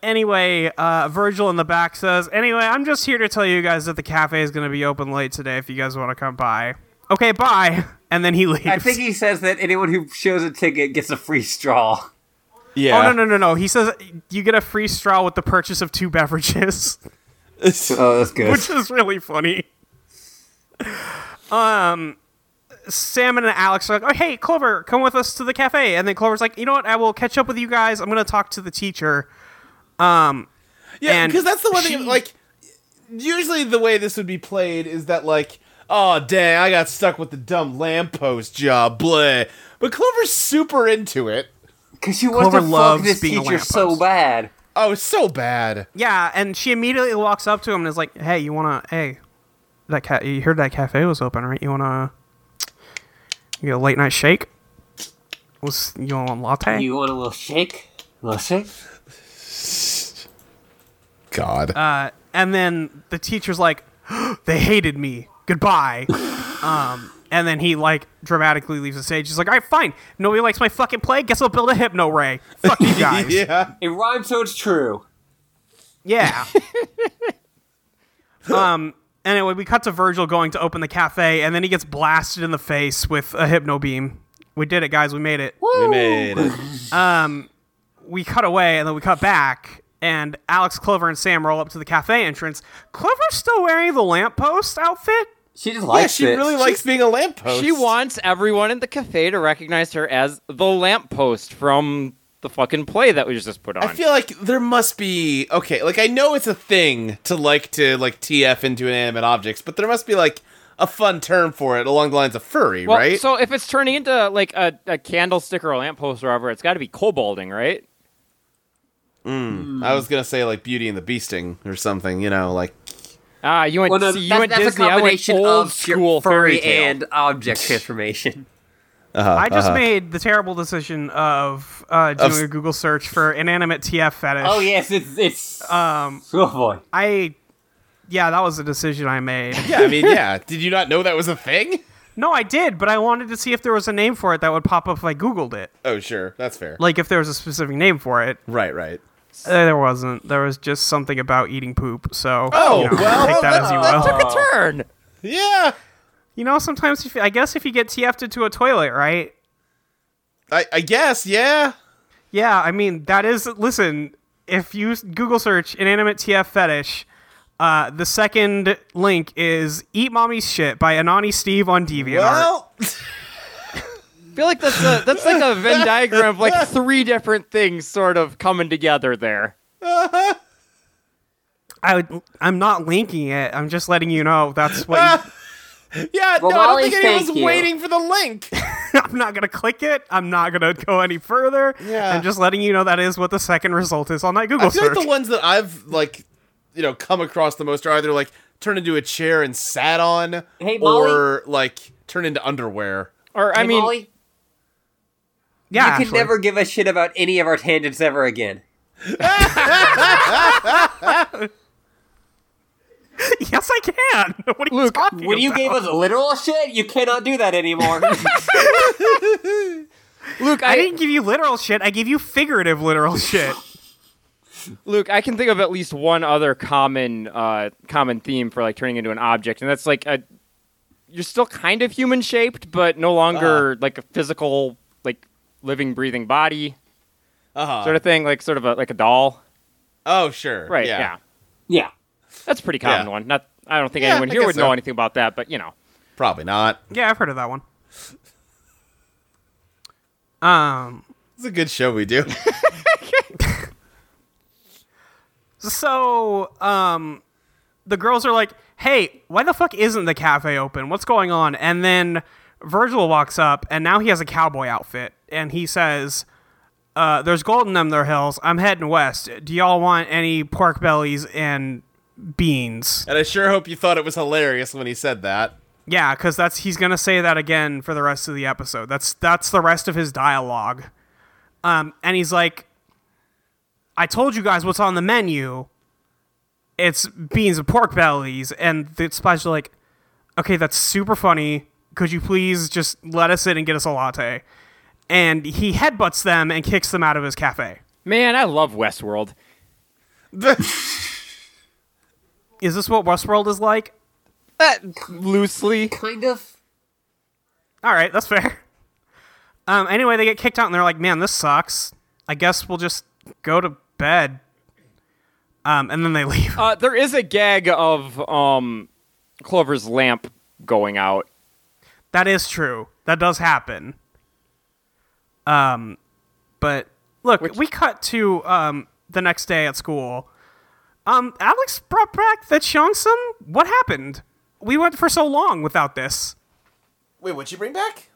Anyway, uh, Virgil in the back says, "Anyway, I'm just here to tell you guys that the cafe is going to be open late today. If you guys want to come by, okay, bye." And then he leaves. I think he says that anyone who shows a ticket gets a free straw. yeah. Oh no no no no! He says you get a free straw with the purchase of two beverages. Oh, that's good. which is really funny. Um, Sam and Alex are like, "Oh, hey, Clover, come with us to the cafe." And then Clover's like, "You know what? I will catch up with you guys. I'm gonna talk to the teacher." Yeah, And because that's the one she- thing. Like, usually the way this would be played is that like, oh dang, I got stuck with the dumb lamppost job, bleh. But Clover's super into it. Because she wants Clover to fuck loves this being a teacher so lamppost. bad. Oh, it's so bad. Yeah, and she immediately walks up to him and is like, "Hey, you wanna? Hey, that cat. You heard that cafe was open, right? You wanna? You get a late night shake? Was you want a latte? You want a little shake? A little shake? God. Uh, and then the teacher's like, they hated me. Goodbye. um, and then he like dramatically leaves the stage. He's like, all right, fine. Nobody likes my fucking play. Guess I'll build a hypno ray. Fuck you guys. yeah. yeah. It rhymes, so it's true. um. Anyway, we cut to Virgil going to open the cafe, and then he gets blasted in the face with a hypno beam. We did it, guys. We made it. We made it. we cut away and then we cut back and Alex Clover and Sam roll up to the cafe entrance. Clover's still wearing the lamppost outfit. She just Yeah, likes she it. really likes being a lamppost. She wants everyone in the cafe to recognize her as the lamppost from the fucking play that was just put on. I feel like there must be okay. Like I know it's a thing to like to like TF into inanimate objects, but there must be like a fun term for it along the lines of furry, Well, right? So if it's turning into like a, a candlestick or a lamppost or whatever, it's got to be kobolding, right? I was gonna say like Beauty and the Beasting or something, you know, like Ah, you went Well, no, you that- went that's Disney. a I went combination old of school furry fairy tale. and object transformation. I just made the terrible decision of uh, doing Uh-huh. s- a Google search for inanimate TF fetish. oh yes, it's it's. Um, oh boy. I, yeah, that was a decision I made. yeah. I mean, yeah. Did you not know that was a thing? no, I did, but I wanted to see if there was a name for it that would pop up if I Googled it. Oh, sure, that's fair. Like if there was a specific name for it. right, right. Uh, There wasn't. There was just something about eating poop. So you Oh, know, well, take that that- as you That will. took a turn. Yeah, You know, sometimes if, I guess if you get TF'd to a toilet, right? I, I guess. Yeah. Yeah, I mean that is. Listen, if you s- Google search inanimate TF fetish, uh, the second link is "Eat Mommy's Shit" by Anani Steve on DeviantArt. Well, I feel like that's a that's like a Venn diagram of like three different things sort of coming together there. I would, I'm not linking it. I'm just letting you know that's what. you- yeah. Well, no, I don't Wally, think anyone's thank you. waiting for the link. I'm not gonna click it. I'm not gonna go any further. Yeah. I'm just letting you know that is what the second result is on that Google I feel like search. the ones that I've like, you know, come across the most are either like turned into a chair and sat on, Hey, Molly. or like turned into underwear. Or I Hey, mean, Molly, yeah, you can Ashley. never give a shit about any of our tangents ever again. Yes, I can. What are you Luke, talking When you about? gave us literal shit, you cannot do that anymore. Luke, I, I didn't give you literal shit. I gave you figurative literal shit. Luke, I can think of at least one other common uh, common theme for like turning into an object, and that's like a, you're still kind of human shaped, but no Uh. longer like a physical, like living, breathing body Uh huh. sort of thing, like sort of a like a doll, Oh, sure. right? Yeah, Yeah. yeah. that's a pretty common Yeah. one. Not, I don't think Yeah, anyone I here guess would so. know anything about that, but you know, Probably not. Yeah, I've heard of that one. Um. It's a good show we do. So, um, the girls are like, "Hey, why the fuck isn't the cafe open? What's going on?" And then Virgil walks up, and now he has a cowboy outfit, and he says, uh, "There's gold in them there hills. I'm heading west. Do y'all want any pork bellies and beans?" and I sure hope you thought it was hilarious when he said that. Yeah, because that's he's gonna say that again for the rest of the episode. That's that's the rest of his dialogue. Um, and he's like, "I told you guys what's on the menu. It's beans and pork bellies." And the spies are like, "Okay, that's super funny. Could you please just let us in and get us a latte?" And he headbutts them and kicks them out of his cafe. man, I love Westworld. Is this what Westworld is like? That loosely, Kind of. All right, that's fair. Um, anyway, they get kicked out and they're like, man, this sucks. I guess we'll just go to bed. Um, and then they leave. uh, there is a gag of um, Clover's lamp going out. that is true. That does happen. Um, but look, we cut to um, the next day at school. Um, Alex brought back the Cheongsum. What happened? We went for so long without this. Wait, what'd you bring back?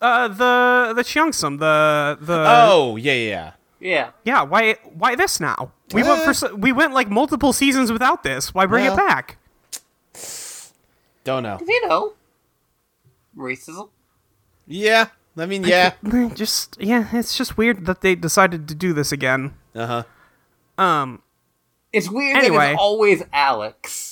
Uh, the the Cheongsum, the the Oh, yeah, yeah, yeah. Yeah. Yeah, why why this now? We went for so- we went like multiple seasons without this. Why bring it Uh. Well. back? Don't know. You know. Racism. Yeah. I mean, yeah. Just yeah, it's just weird that they decided to do this again. Uh huh. It's weird that Anyway. it's always Alex.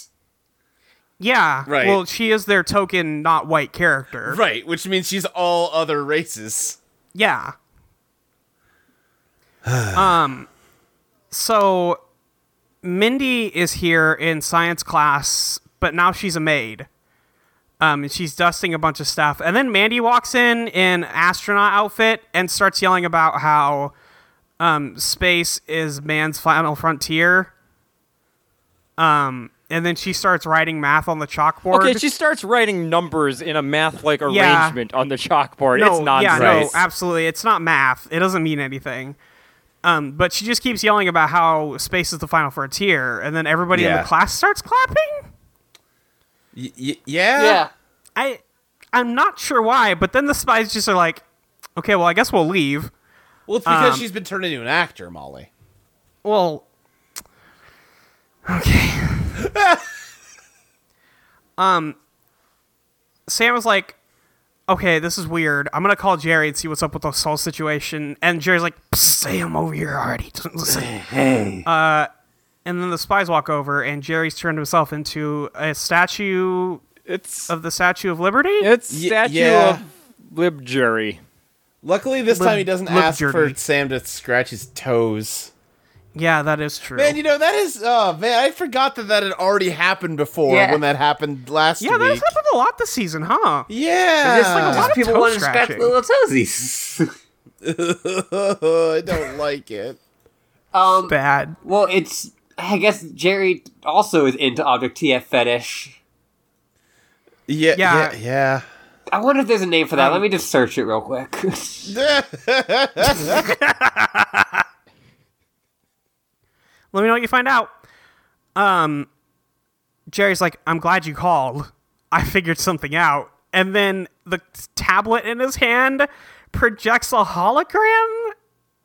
Yeah. Right. Well, she is their token not white character. Right, which means she's all other races. Yeah. um so Mindy is here in science class, but now she's a maid. Um, and she's dusting a bunch of stuff, and then Mandy walks in in astronaut outfit and starts yelling about how um, space is man's final frontier. Um, and then she starts writing math on the chalkboard. Okay, she starts writing numbers in a math-like Yeah. arrangement on the chalkboard. No, it's nonsense. Yeah, no, Right. absolutely. It's not math. It doesn't mean anything. Um, but she just keeps yelling about how space is the final frontier, and then everybody in Yeah. the class starts clapping. Y- y- yeah. yeah. I I'm not sure why, but then the spies just are like, okay, well, I guess we'll leave. Well, it's because Um, she's been turned into an actor, Molly. Well, okay. um, Sam was like, okay, this is weird. I'm gonna call Jerry and see what's up with the soul situation. And Jerry's like, "Psst, Sam over here already doesn't listen. Hey. Uh, and then the spies walk over, and Jerry's turned himself into a statue It's of the Statue of Liberty. it's Y- statue yeah. of Lib Jury. Luckily, this Lib- time he doesn't Lib ask for Jerky. Sam to scratch his toes. yeah, that is true. Man, you know that is. Oh man, I forgot that that had already happened before Yeah. when that happened last yeah, week. that's happened a lot this season, huh? yeah, Just like a lot of people toe want to scratch scratching. little toesies. I don't like it. um, Bad. well, it's I guess Jerry also is into object TF fetish. Yeah, Yeah. yeah, I wonder if there's a name for that. Let me just search it real quick. yeah. Let me know what you find out. Um, Jerry's like, I'm glad you called. I figured something out. And then the tablet in his hand projects a hologram.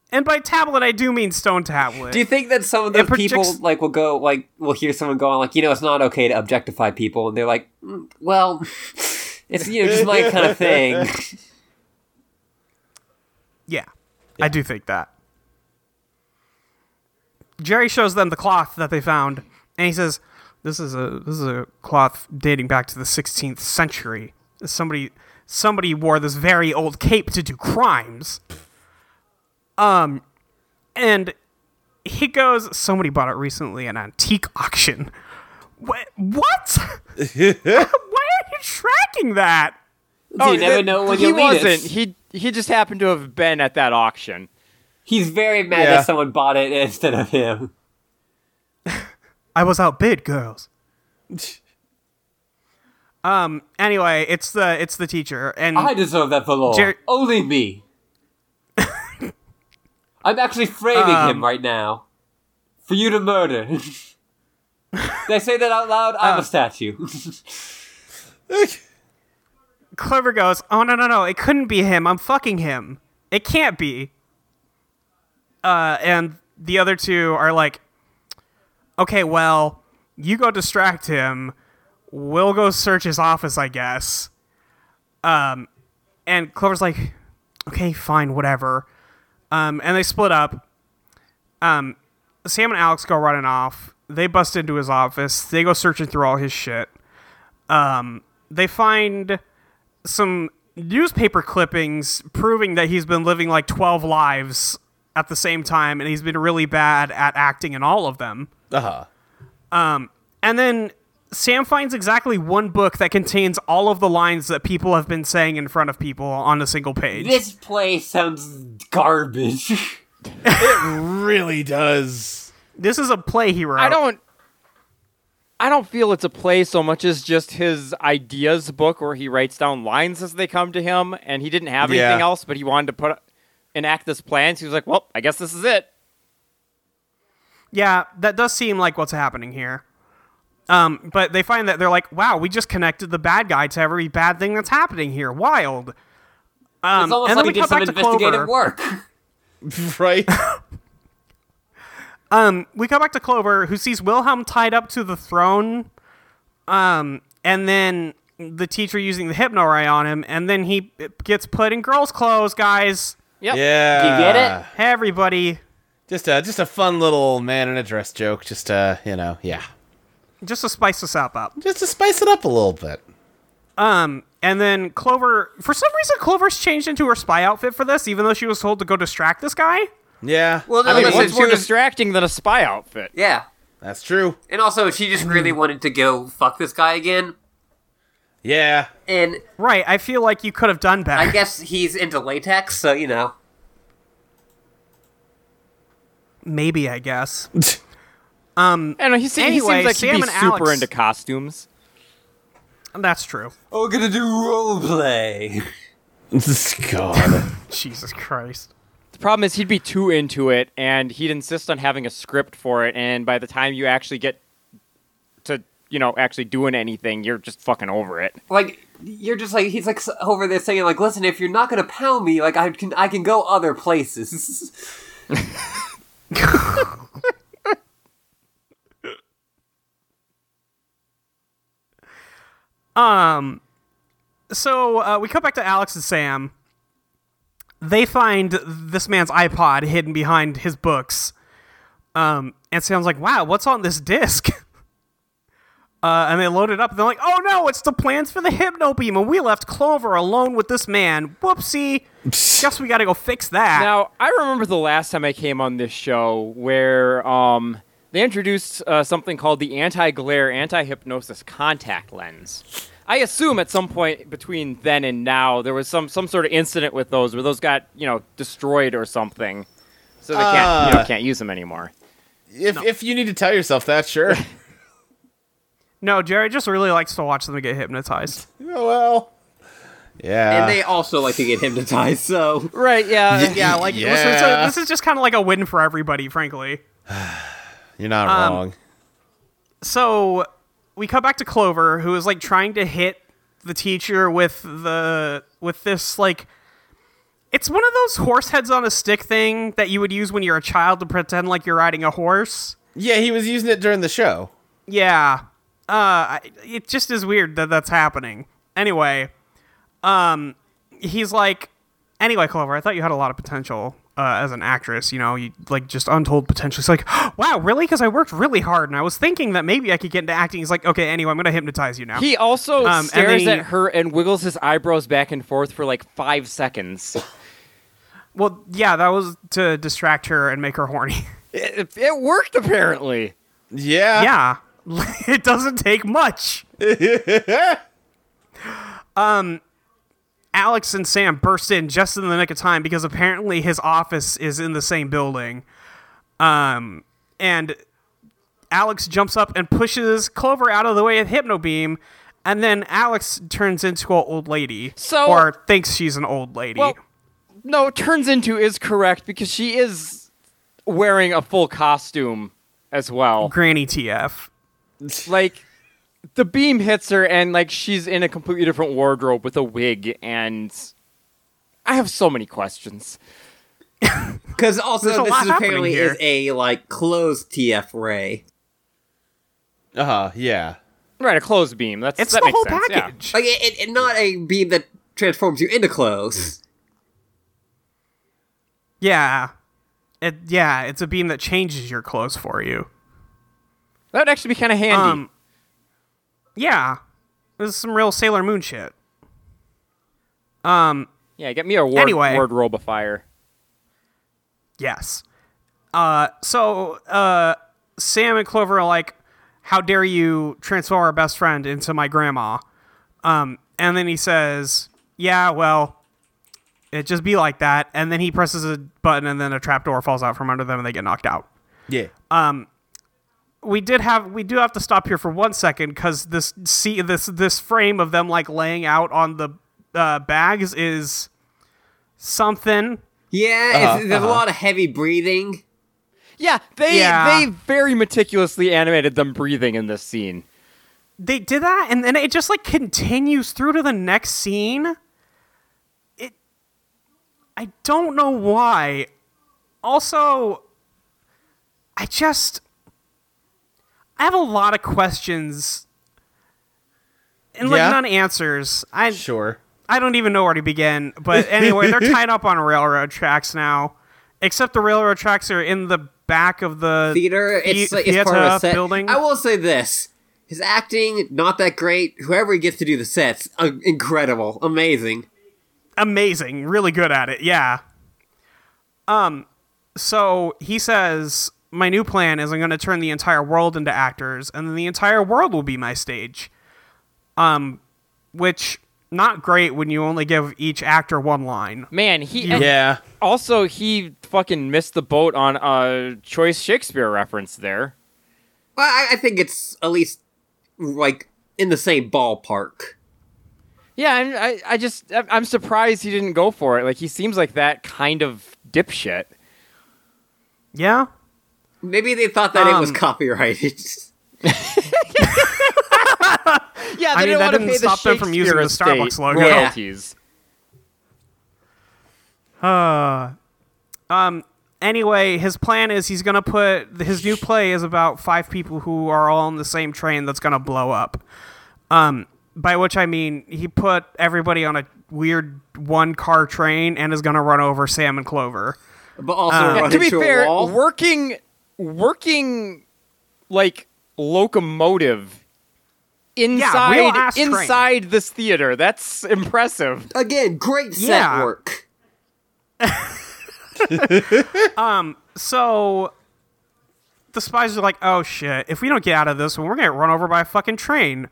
And by tablet, I do mean stone tablet. Do you think that some of those projects- people like will go like will hear someone going like you know it's not okay to objectify people and they're like "Mm, well it's you know just my kind of thing. yeah, I do think that. Jerry shows them the cloth that they found, and he says, "This is a this is a cloth dating back to the 16th century. Somebody somebody wore this very old cape to do crimes." Um, and he goes, "Somebody bought it recently at an antique auction." What? What? Why are you tracking that? Do you never know when Oh, he you'll meet wasn't. it. He he just happened to have been at that auction. He's very mad Yeah. that someone bought it instead of him. I was outbid, girls. um. Anyway, it's the it's the teacher, and I deserve that for Um, Jer- Only me. I'm actually framing him right now for you to murder. Did I say that out loud? I'm a statue. Clover goes, "Oh no, no, no! It couldn't be him. I'm fucking him. It can't be." Uh, and the other two are like, "Okay, well, you go distract him. We'll go search his office, I guess." Um, and Clover's like, "Okay, fine, whatever." Um, and they split up. Um, Sam and Alex go running off. They bust into his office. They go searching through all his shit. Um, they find some newspaper clippings proving that he's been living like 12 lives at the same time and he's been really bad at acting in all of them. Um, Uh huh. And then Sam finds exactly one book that contains all of the lines that people have been saying in front of people on a single page. this place sounds garbage. Really does. This is a play he wrote. I don't. I don't feel it's a play so much as just his ideas book where he writes down lines as they come to him, and he didn't have anything Yeah. else, but he wanted to put enact this plan. So he was like, "Well, I guess this is it." Yeah, that does seem like what's happening here. Um, but they find that they're like, wow, we just connected the bad guy to every bad thing that's happening here. Wild. Um, It's almost like and then he we did cut some back to Clover. investigative work. Right. Um, we come back to Clover, who sees Wilhelm tied up to the throne, um, and then the teacher using the hypno ray on him, and then he gets put in girls' clothes, guys. Yep. Yeah. Do you get it? Hey, everybody. Just a just a fun little man in a dress joke. Just uh, you know, yeah. Just to spice this up up. Just to spice it up a little bit. Um, and then Clover, for some reason, Clover's changed into her spy outfit for this, even though she was told to go distract this guy. Yeah. Well, no, I mean, listen, what's she more was- distracting than a spy outfit? Yeah. that's true. And also, she just really wanted to go fuck this guy again. Yeah. And Right, I feel like you could have done better. I guess he's into latex, so you know. Maybe, I guess. I don't know. He, se- he Anyway, seems like he'd Sam be and super Alex- into costumes. That's true. Oh, we're gonna do roleplay. God. Jesus Christ. The problem is he'd be too into it, and he'd insist on having a script for it. And by the time you actually get to you know, actually doing anything, you're just fucking over it. Like you're just like he's like s- over there saying like, listen, if you're not gonna pound me, like I can I can go other places. So uh, we come back to Alex and Sam. They find this man's iPod hidden behind his books. Um, and Sam's like, wow, what's on this disc? Uh, and they load it up. And they're like, oh no, it's the plans for the Hypnobeam. And we left Clover alone with this man. Whoopsie. Guess we got to go fix that. Now, I remember the last time I came on this show where um, they introduced uh, something called the anti glare, anti hypnosis contact lens. I assume at some point between then and now there was some, some sort of incident with those where those got you know destroyed or something, so they can't Uh. you know, can't use them anymore. If if you need to tell yourself that, sure. no, Jerry just really likes to watch them get hypnotized. oh well. Yeah. and they also like to get hypnotized. So Right? Yeah. yeah, like So it's a- this is just kind of like a win for everybody, frankly. You're not wrong. so we come back to Clover, who is like trying to hit the teacher with the with this like it's one of those horse heads on a stick thing that you would use when you're a child to pretend like you're riding a horse. Yeah, he was using it during the show. Yeah. Uh, I- it just is weird that that's happening. Anyway, um, he's like, anyway, Clover, I thought you had a lot of potential uh, as an actress. You know, you like just untold potential. He's like, wow, really? Because I worked really hard, and I was thinking that maybe I could get into acting. He's like, okay, anyway, I'm gonna hypnotize you now. He also Um, and stares then he- at her and wiggles his eyebrows back and forth for like five seconds. well, yeah, that was to distract her and make her horny. it, it worked apparently. Yeah. yeah, it doesn't take much. um, Alex and Sam burst in just in the nick of time because apparently his office is in the same building. Um, and Alex jumps up and pushes Clover out of the way of Hypnobeam, and then Alex turns into an old lady, So- or thinks she's an old lady. Well, no, turns into is correct because she is wearing a full costume as well. Granny TF. Like the beam hits her and like she's in a completely different wardrobe with a wig and I have so many questions. because also There's a this lot is happening apparently here. is a like closed TF ray. Uh huh. Yeah. Right, a closed beam. That's It's that the makes whole sense, yeah. package. Like it, it, it- not a beam that transforms you into clothes. Yeah. It, yeah, it's a beam that changes your clothes for you. That would actually be kind of handy. Um, yeah, this is some real Sailor Moon shit. yeah, get me a ward- anyway. wardrobe of fire. Yes. Uh, so uh, Sam and Clover are like, "How dare you transform our best friend into my grandma?" Um, and then he says, "Yeah, well, it just be like that." And then he presses a button, and then a trapdoor falls out from under them, and they get knocked out. Yeah. we did have we do have to stop here for one second because this see this this frame of them like laying out on the uh, bags is something. Yeah, it's, there's a lot of heavy breathing. Yeah, they Yeah. they very meticulously animated them breathing in this scene. They did that, and then it just like continues through to the next scene. It, I don't know why. Also, I just I have a lot of questions and like Yeah. none answers. I sure. I don't even know where to begin. But anyway, they're tied up on railroad tracks now. Except the railroad tracks are in the back of the Theater, the- it's, like, it's part of a set. building. I will say this: his acting not that great. Whoever he gets to do the sets, uh, incredible, amazing. Amazing, really good at it. Yeah. Um. So he says, "My new plan is I'm going to turn the entire world into actors, and then the entire world will be my stage." Um, which not great when you only give each actor one line. Man, he and- Yeah. Also, he fucking missed the boat on a choice Shakespeare reference there. Well, I, I think it's at least like in the same ballpark. Yeah, and I, I just, I'm- I'm surprised he didn't go for it. Like, he seems like that kind of dipshit. Yeah. Maybe they thought that it was Um, copyrighted. Yeah, they I mean didn't that want to didn't pay the stop them from using the Shakespeare estate Starbucks logo. Yeah. royalties. Anyway, his plan is he's gonna put his new play is about five people who are all on the same train that's gonna blow up. Um, by which I mean he put everybody on a weird one car train and is gonna run over Sam and Clover. But also Uh, run Yeah, to be into a fair, wall. working working like locomotive inside real ass train. inside this theater. That's impressive. Again, great set Yeah. work. So the spies are like, "Oh shit! If we don't get out of this, one, we're gonna get run over by a fucking train."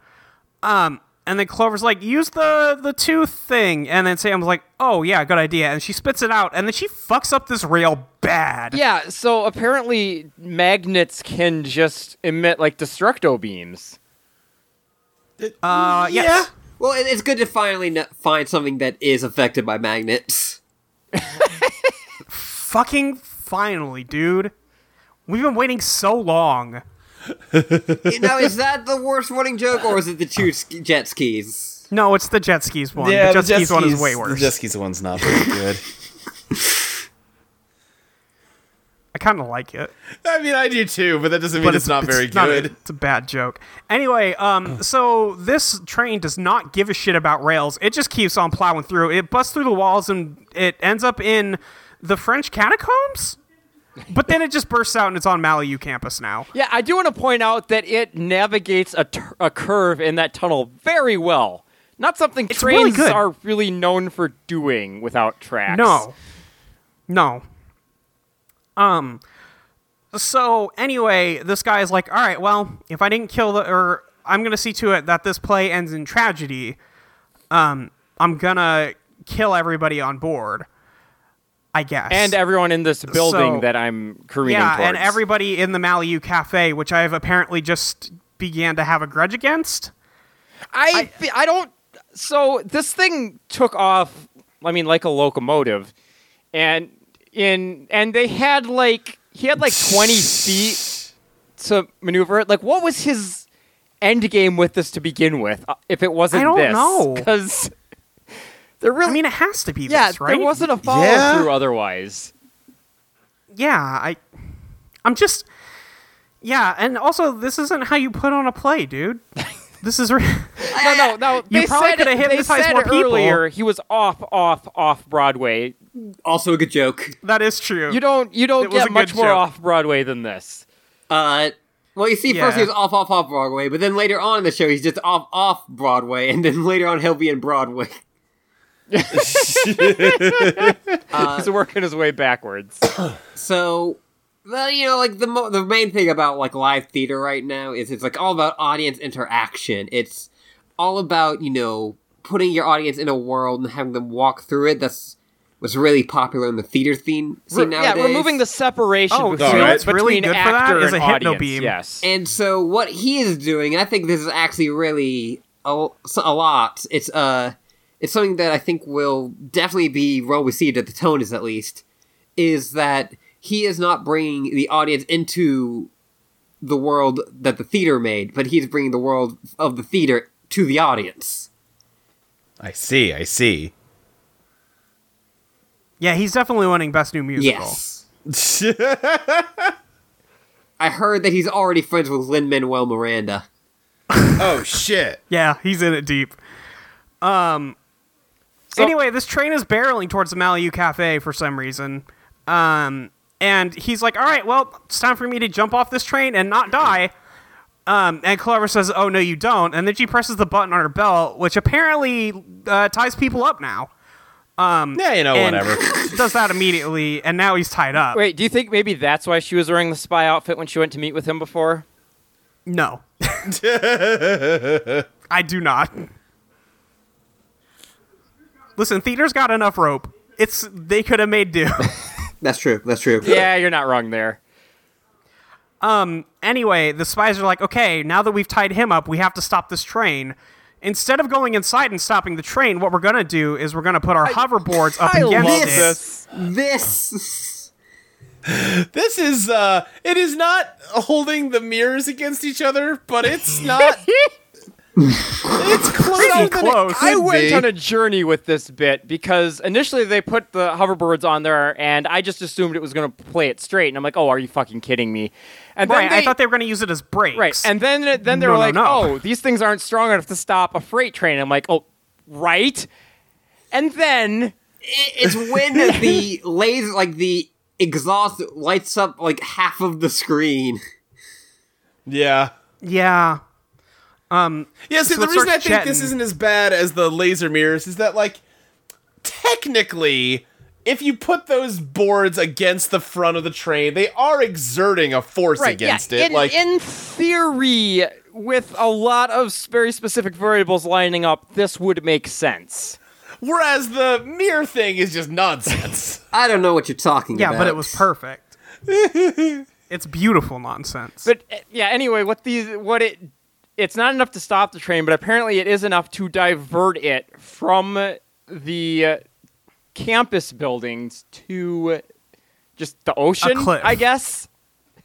Um, and then Clover's like, "Use the the tooth thing," and then Sam's like, "Oh yeah, good idea," and she spits it out, and then she fucks up this rail bad. Yeah, so apparently magnets can just emit like destructo beams. Uh, yes. Well, it- it's good to finally kn- find something that is affected by magnets. Fucking finally, dude. We've been waiting so long. now, is that the worst running joke, or is it the two sk- jet skis? No, it's the jet skis one. Yeah, the jet skis, one is way worse. The jet skis one's not very good. I kind of like it. I mean, I do too, but that doesn't mean but it's, not very good. it's a bad joke. Anyway, um, so this train does not give a shit about rails. It just keeps on plowing through. It busts through the walls and it ends up in the French catacombs. But then it just bursts out and it's on Malibu campus now. Yeah, I do want to point out that it navigates a, tur- a curve in that tunnel very well. Not something trains really good. are really known for doing without tracks. No. No. Um so anyway, this guy's like, "All right, well, if I didn't kill the or I'm going to see to it that this play ends in tragedy, um I'm going to kill everybody on board." I guess. and everyone in this building So- that I'm careening yeah, towards. and everybody in the Malibu cafe, which I have apparently just began to have a grudge against. I, fe- I don't. So this thing took off. I mean, like a locomotive, and in and they had like he had like twenty feet to maneuver it. Like, what was his end game with this to begin with? uh, If it wasn't I don't this, know. because there really, I mean, it has to be yeah, this, right? there wasn't a follow through otherwise. yeah, I I'm just yeah, and also this isn't how you put on a play, dude. This is re- No, no, no. You they probably said coulda it- they hypnotized said more people. earlier. He was off, off, off Broadway. Also a good joke. that is true. You don't, you don't It was a get good much more joke. off Broadway than this. Uh, well, you see, first he Yeah. was off, off, off Broadway, but then later on in the show, he's just off, off Broadway, and then later on, he'll be in Broadway. He's working his way backwards. So, well, you know, like the mo- the main thing about like live theater right now is it's like all about audience interaction. It's all about you know putting your audience in a world and having them walk through it. That's what's really popular in the theater theme scene yeah, nowadays. removing the separation Oh, between, you know what's really between good for that actor is and a hypno audience. beam. Yes. And so what he is doing, and I think this is actually really a, a lot. It's uh, it's something that I think will definitely be well received at the tone is at least is that he is not bringing the audience into the world that the theater made, but he's bringing the world of the theater to the audience. I see, I see. yeah, he's definitely winning best new musical. Yes. I heard that he's already friends with Lin Manuel Miranda. oh shit. Yeah, he's in it deep. Um anyway, this train is barreling towards the Malibu cafe for some reason. Um and he's like, "All right, well, it's time for me to jump off this train and not die." Um, and Clover says, "Oh no, you don't." And then she presses the button on her belt, which apparently uh, ties people up now. Yeah, you know, And whatever. does that immediately, and now he's tied up. Wait, do you think maybe that's why she was wearing the spy outfit when she went to meet with him before? No. I do not. Listen, theater's got enough rope. It's they could have made do. That's true. That's true. Yeah, you're not wrong there. anyway, the spies are like, "Okay, now that we've tied him up, we have to stop this train." Instead of going inside and stopping the train, what we're gonna do is we're gonna put our hoverboards up I against love it. this. This this is uh it is not holding the mirrors against each other, but it's not It's closer Pretty than close. It could I went be. on a journey with this bit because initially they put the hoverboards on there, and I just assumed it was going to play it straight. And I'm like, "Oh, are you fucking kidding me?" And then Right, they, I thought they were going to use it as brakes. right, and then then they No, were no, like, no. "Oh, these things aren't strong enough to stop a freight train." I'm like, "Oh, right," and then It's when the laser, like the exhaust, lights up like half of the screen. yeah. yeah, Um, Yeah, see, So the it reason I think starts this chatting. isn't as bad as the laser mirrors is that, like, technically, if you put those boards against the front of the train, they are exerting a force right, against yeah, it. in, like, in theory, with a lot of s- very specific variables lining up, this would make sense. whereas the mirror thing is just nonsense. I don't know what you're talking yeah, about. but it was perfect. it's beautiful nonsense. But uh, yeah, anyway, what these what it it's not enough to stop the train, but apparently it is enough to divert it from the uh, campus buildings to just the ocean, cliff. I guess.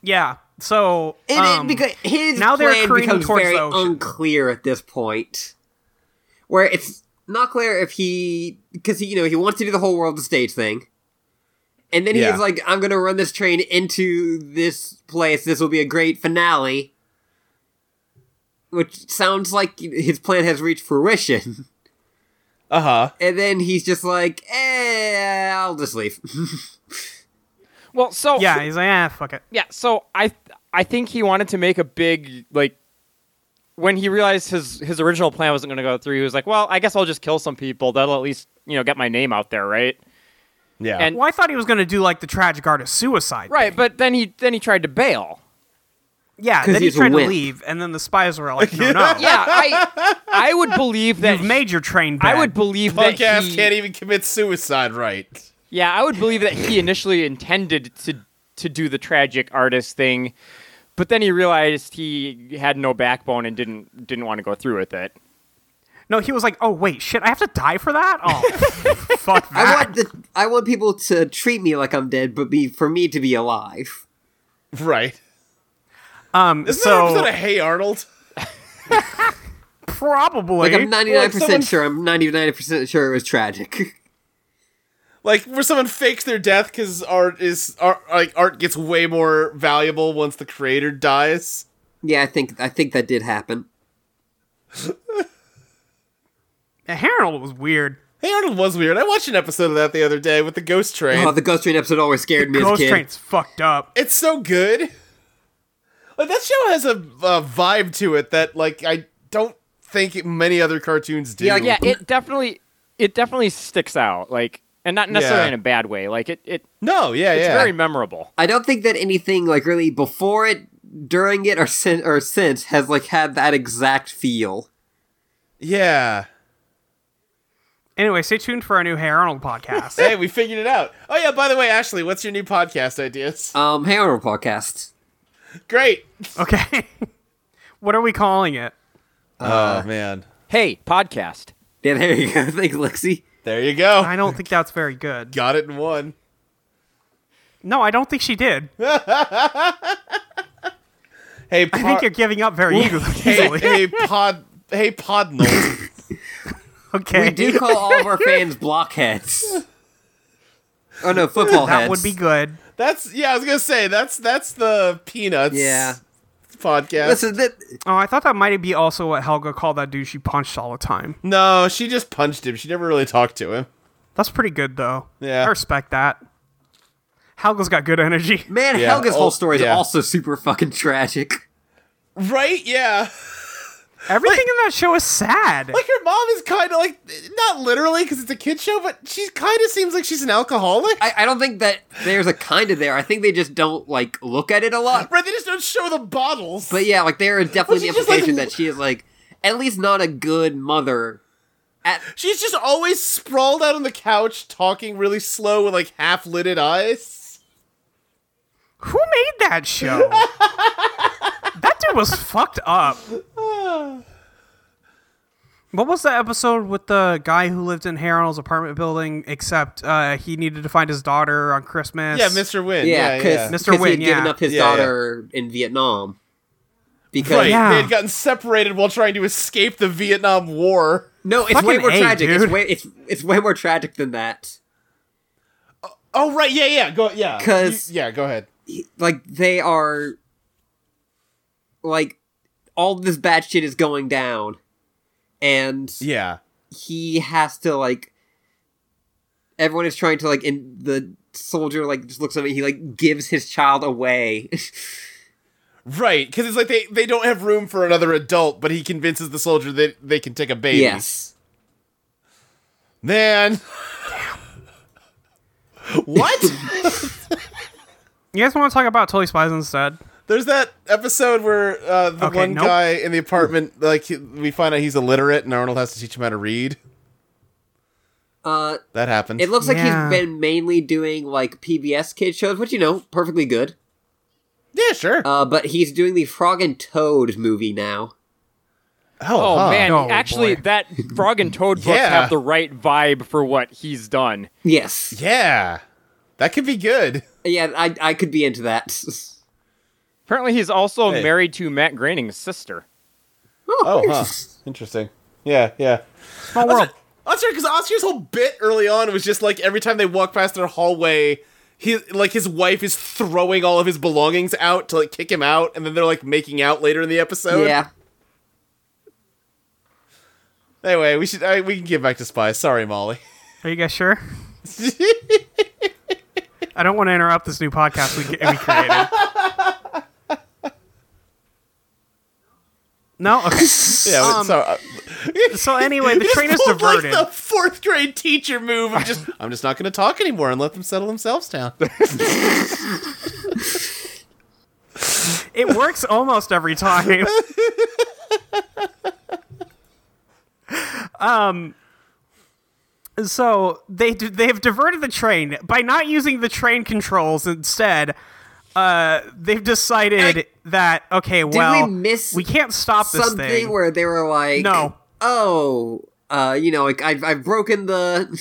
yeah, so And um, it, because his now they're plan careening becomes towards very the ocean. unclear at this point, where it's not clear if he because you know he wants to do the whole world the stage thing, and then Yeah. he's like, "I'm going to run this train into this place. This will be a great finale," which sounds like his plan has reached fruition. Uh Uh-huh. huh. And then he's just like, "Eh, I'll just leave." Well, so yeah, he's like, ah, fuck it. yeah, so I I think he wanted to make a big like when he realized his his original plan wasn't going to go through, he was like, "Well, I guess I'll just kill some people. That'll at least, you know, get my name out there, right?" Yeah. And- Well, I thought he was going to do like the tragic art of suicide. Right, but then he then he tried to bail. Yeah, 'Cause then he he's a tried to wimp. leave, and then the spies were like, no, no, Yeah, I I would believe that you've made your train I bed. would believe that Punk ass he, can't even commit suicide right. yeah, I would believe that he initially intended to to do the tragic artist thing, but then he realized he had no backbone and didn't didn't want to go through with it. No, he was like, oh wait, shit, I have to die for that. Oh, fuck I that. want the I want people to treat me like I'm dead, but be for me to be alive. Right. Um, Isn't that an so episode of Hey Arnold? probably Like I'm 99 someone- percent sure. I'm 99 percent sure it was tragic. Like where someone fakes their death because art is art like art gets way more valuable once the creator dies. yeah, I think I think that did happen. Harold was weird. Hey Arnold was weird. I watched an episode of that the other day with the ghost train. Oh, the Ghost Train episode always scared me as a Ghost kid. Train's fucked up. it's so good. Like that show has a, a vibe to it that like I don't think many other cartoons do. Yeah, Yeah, it definitely it definitely sticks out like and not necessarily Yeah. in a bad way. Like it, it No, yeah, it's yeah. very memorable. I don't think that anything like really before it, during it, or sin- or since has like had that exact feel. yeah. Anyway, stay tuned for our new Hey Arnold podcast. Hey, we figured it out. Oh yeah, by the way, Ashley, what's your new podcast ideas? Um, hey, Arnold podcast. Great. okay, what are we calling it? oh man. Hey, podcast. Yeah, there you go. Thanks, Lexi. There you go. I don't think that's very good. Got it in one. No, I don't think she did. Hey, I think you're giving up very hey, easily. hey, pod, hey, podnal. Okay, We do call all of our fans blockheads. Oh no, football heads. that would be good. That's yeah. I was gonna say that's that's the peanuts. Yeah. Podcast. Listen, that Oh, I thought that might be also what Helga called that dude she punched all the time. No, she just punched him. She never really talked to him. That's pretty good though. Yeah. I respect that. Helga's got good energy. man, Yeah, Helga's oh, whole story is yeah. also super fucking tragic. Right? Yeah. Everything in that show is sad. Like her mom is kind of like not literally because it's a kid show, but she kind of seems like she's an alcoholic. I, I don't think that there's a kind of there. I think they just don't like look at it a lot. right? They just don't show the bottles. But yeah, like there is definitely Well, the she's just, like, implication that she is like at least not a good mother. At she's just always sprawled out on the couch, talking really slow with like half lidded eyes. Who made that show? that dude was fucked up. What was the episode with the guy who lived in Harold's apartment building, except uh, he needed to find his daughter on Christmas? Yeah, Mr. Wynn. yeah, Yeah, because yeah. Mr. Wynn, he'd given yeah. up his Yeah, yeah. daughter in Vietnam. because Right. Yeah. They had gotten separated while trying to escape the Vietnam War. no, it's way Fucking more A, tragic. It's dude. way it's it's way more tragic than that. Oh right, yeah, yeah, go yeah. 'Cause- You- yeah, go ahead. like they are like all this bad shit is going down and Yeah. he has to like everyone is trying to like in the soldier like just looks at me he like gives his child away Right, cuz it's like they they don't have room for another adult, but he convinces the soldier that they can take a baby. yes Man. what? You guys want to talk about Totally Spies instead? There's that episode where uh, the Okay, one nope. guy in the apartment, like he- we find out he's illiterate, and Arnold has to teach him how to read. uh That happened. it looks like Yeah. he's been mainly doing like pbs kid shows which you know perfectly good yeah, sure. uh but he's doing the frog and toad movie now Oh huh. man, Oh, actually, boy. that Frog and Toad books Uh-huh. Yeah. have the right vibe for what he's done. yes Yeah, that could be good. yeah i i could be into that Apparently, he's also Hey. married to Matt Groening's sister. Oh, huh. Interesting. Yeah, yeah. Small world. Oscar, because Oscar's whole bit early on was just like every time they walk past their hallway, he like his wife is throwing all of his belongings out to like kick him out, and then they're like making out later in the episode. yeah Anyway, we should I, we can get back to spies. Sorry, Molly. Are you guys sure? I don't want to interrupt this new podcast we, we created. No. Okay. Yeah. but Um, so uh, So anyway, the train is pulled, diverted. Like the fourth grade teacher move. of just I'm just not going to talk anymore and let them settle themselves down. It works almost every time. um, Um, so they d- they have diverted the train by not using the train controls. Instead, uh, they've decided that okay, well, miss we can't stop this something thing. where they were like, No. oh, uh, you know, like I've I've broken the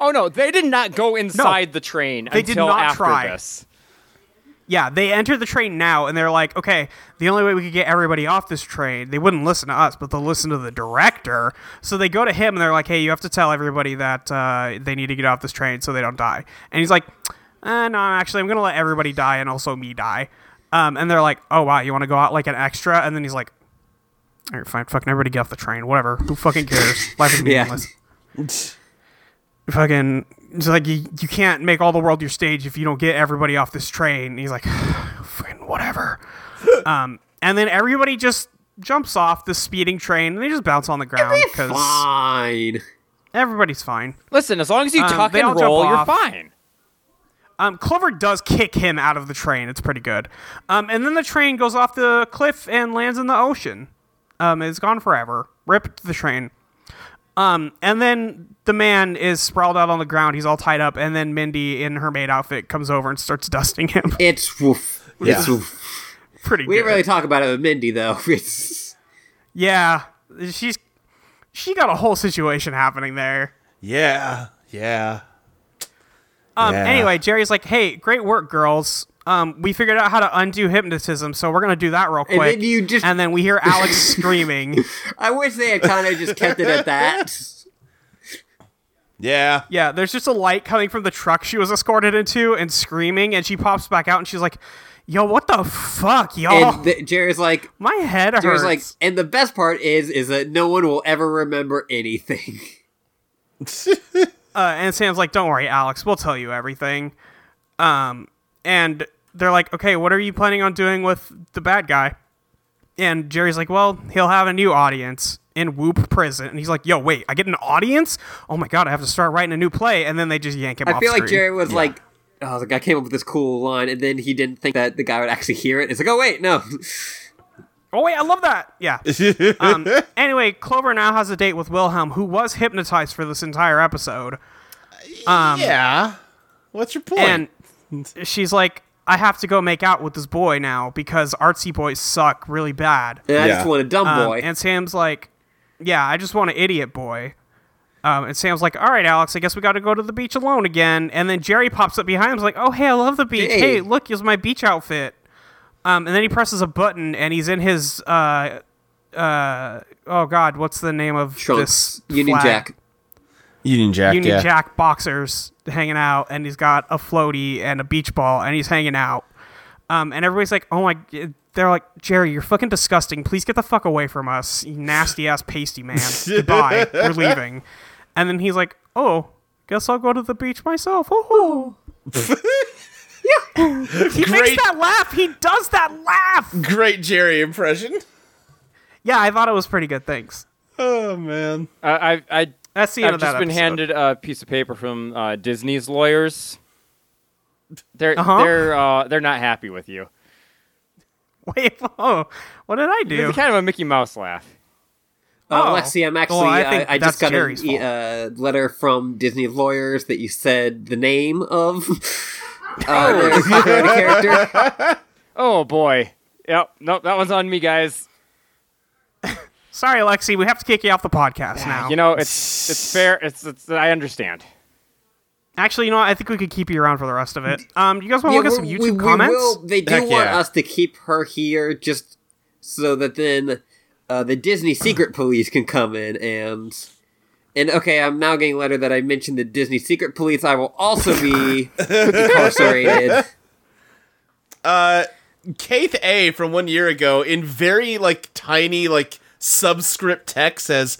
Oh no, they did not go inside the train They did until not after try. this. yeah, they enter the train now, and they're like, okay, the only way we could get everybody off this train, they wouldn't listen to us, but they'll listen to the director. So they go to him, and they're like, hey, you have to tell everybody that uh, they need to get off this train so they don't die. And he's like, eh, no, actually, I'm gonna let everybody die and also me die. Um, and they're like, oh wow, you want to go out like an extra? And then he's like, all right, fine, fucking everybody get off the train, whatever. Who fucking cares? Life is Yeah. meaningless fucking it's like you, you can't make all the world your stage if you don't get everybody off this train and he's like fucking whatever um and then everybody just jumps off the speeding train and they just bounce on the ground because fine. everybody's fine Listen, as long as you Um, tuck they all and jump roll, you're off. fine. um clover does kick him out of the train it's pretty good um and then the train goes off the cliff and lands in the ocean um it's gone forever ripped the train um and then the man is sprawled out on the ground he's all tied up and then mindy in her maid outfit comes over and starts dusting him It's woof. It's Yeah. woof. pretty We good. didn't really talk about it with Mindy though. It's yeah she's she got a whole situation happening there yeah. Yeah. um Yeah. anyway jerry's like hey great work girls um we figured out how to undo hypnotism so we're gonna do that real quick And then you just- and then we hear alex screaming I wish they had kind of just kept it at that. Yeah. yeah there's just a light coming from the truck she was escorted into and screaming and she pops back out and she's like yo what the fuck y'all And th- Jerry's like, my head hurts Jerry's like, and the best part is, is that no one will ever remember anything. Uh, and Sam's like, "Don't worry, Alex. We'll tell you everything." Um, and they're like, "Okay, what are you planning on doing with the bad guy?" And Jerry's like, "Well, he'll have a new audience in Whoop Prison." And he's like, "Yo, wait, I get an audience? Oh my god, I have to start writing a new play." And then they just yank him. I off feel like screen. Jerry was like, oh, I was like, I came up with this cool line, and then he didn't think that the guy would actually hear it. It's like, oh wait, no. Oh wait, I love that. Yeah. um, anyway, Clover now has a date with Wilhelm, who was hypnotized for this entire episode. yeah. What's your point? Um, and she's like, "I have to go make out with this boy now because artsy boys suck really bad." And I just Yeah. want a dumb Um, boy. and Sam's like, "Yeah, I just want an idiot boy." Um, and Sam's like, "All right, Alex, I guess we got to go to the beach alone again." And then Jerry pops up behind him, is like, "Oh hey, I love the beach. Hey. Hey, look, here's my beach outfit." Um, and then he presses a button, and he's in his uh, uh, oh god, what's the name of Trunks, this Union flag? Jack. Union Jack. Union yeah. Jack boxers hanging out, and he's got a floaty and a beach ball, and he's hanging out. Um, and everybody's like, "Oh my!" They're like, "Jerry, you're fucking disgusting. Please get the fuck away from us, you nasty ass pasty man. Goodbye. We're leaving." And then he's like, "Oh, guess I'll go to the beach myself." Oh, yeah. He Great. makes that laugh. He does that laugh. Great Jerry impression. Yeah, I thought it was pretty good. Thanks. Oh man. I, I, I That's the end I've of just that been episode. handed a piece of paper from uh, Disney's lawyers. They're Uh-huh. they're uh, they're not happy with you. Wait, oh, what did I do? It's kind of a Mickey Mouse laugh. Uh, Oh. Lexi, I'm actually. Well, I I, think I, that's just got a Jerry's fault. uh, letter from Disney lawyers that you said the name of. Uh, Oh. their copyrighted character. Oh boy. Yep. Nope. That one's on me, guys. Sorry, Lexi, we have to kick you off the podcast now. You know, it's it's fair. It's it's. I understand. Actually, you know what? I think we could keep you around for the rest of it. Um, you guys want Yeah, to look at some we- YouTube we- we comments? will- they do Heck want yeah. us to keep her here just so that then uh, the Disney secret police can come in and. And okay, I'm now getting a letter that I mentioned the Disney secret police. I will also be incarcerated. Keith A from one year ago in very like tiny like subscript text says,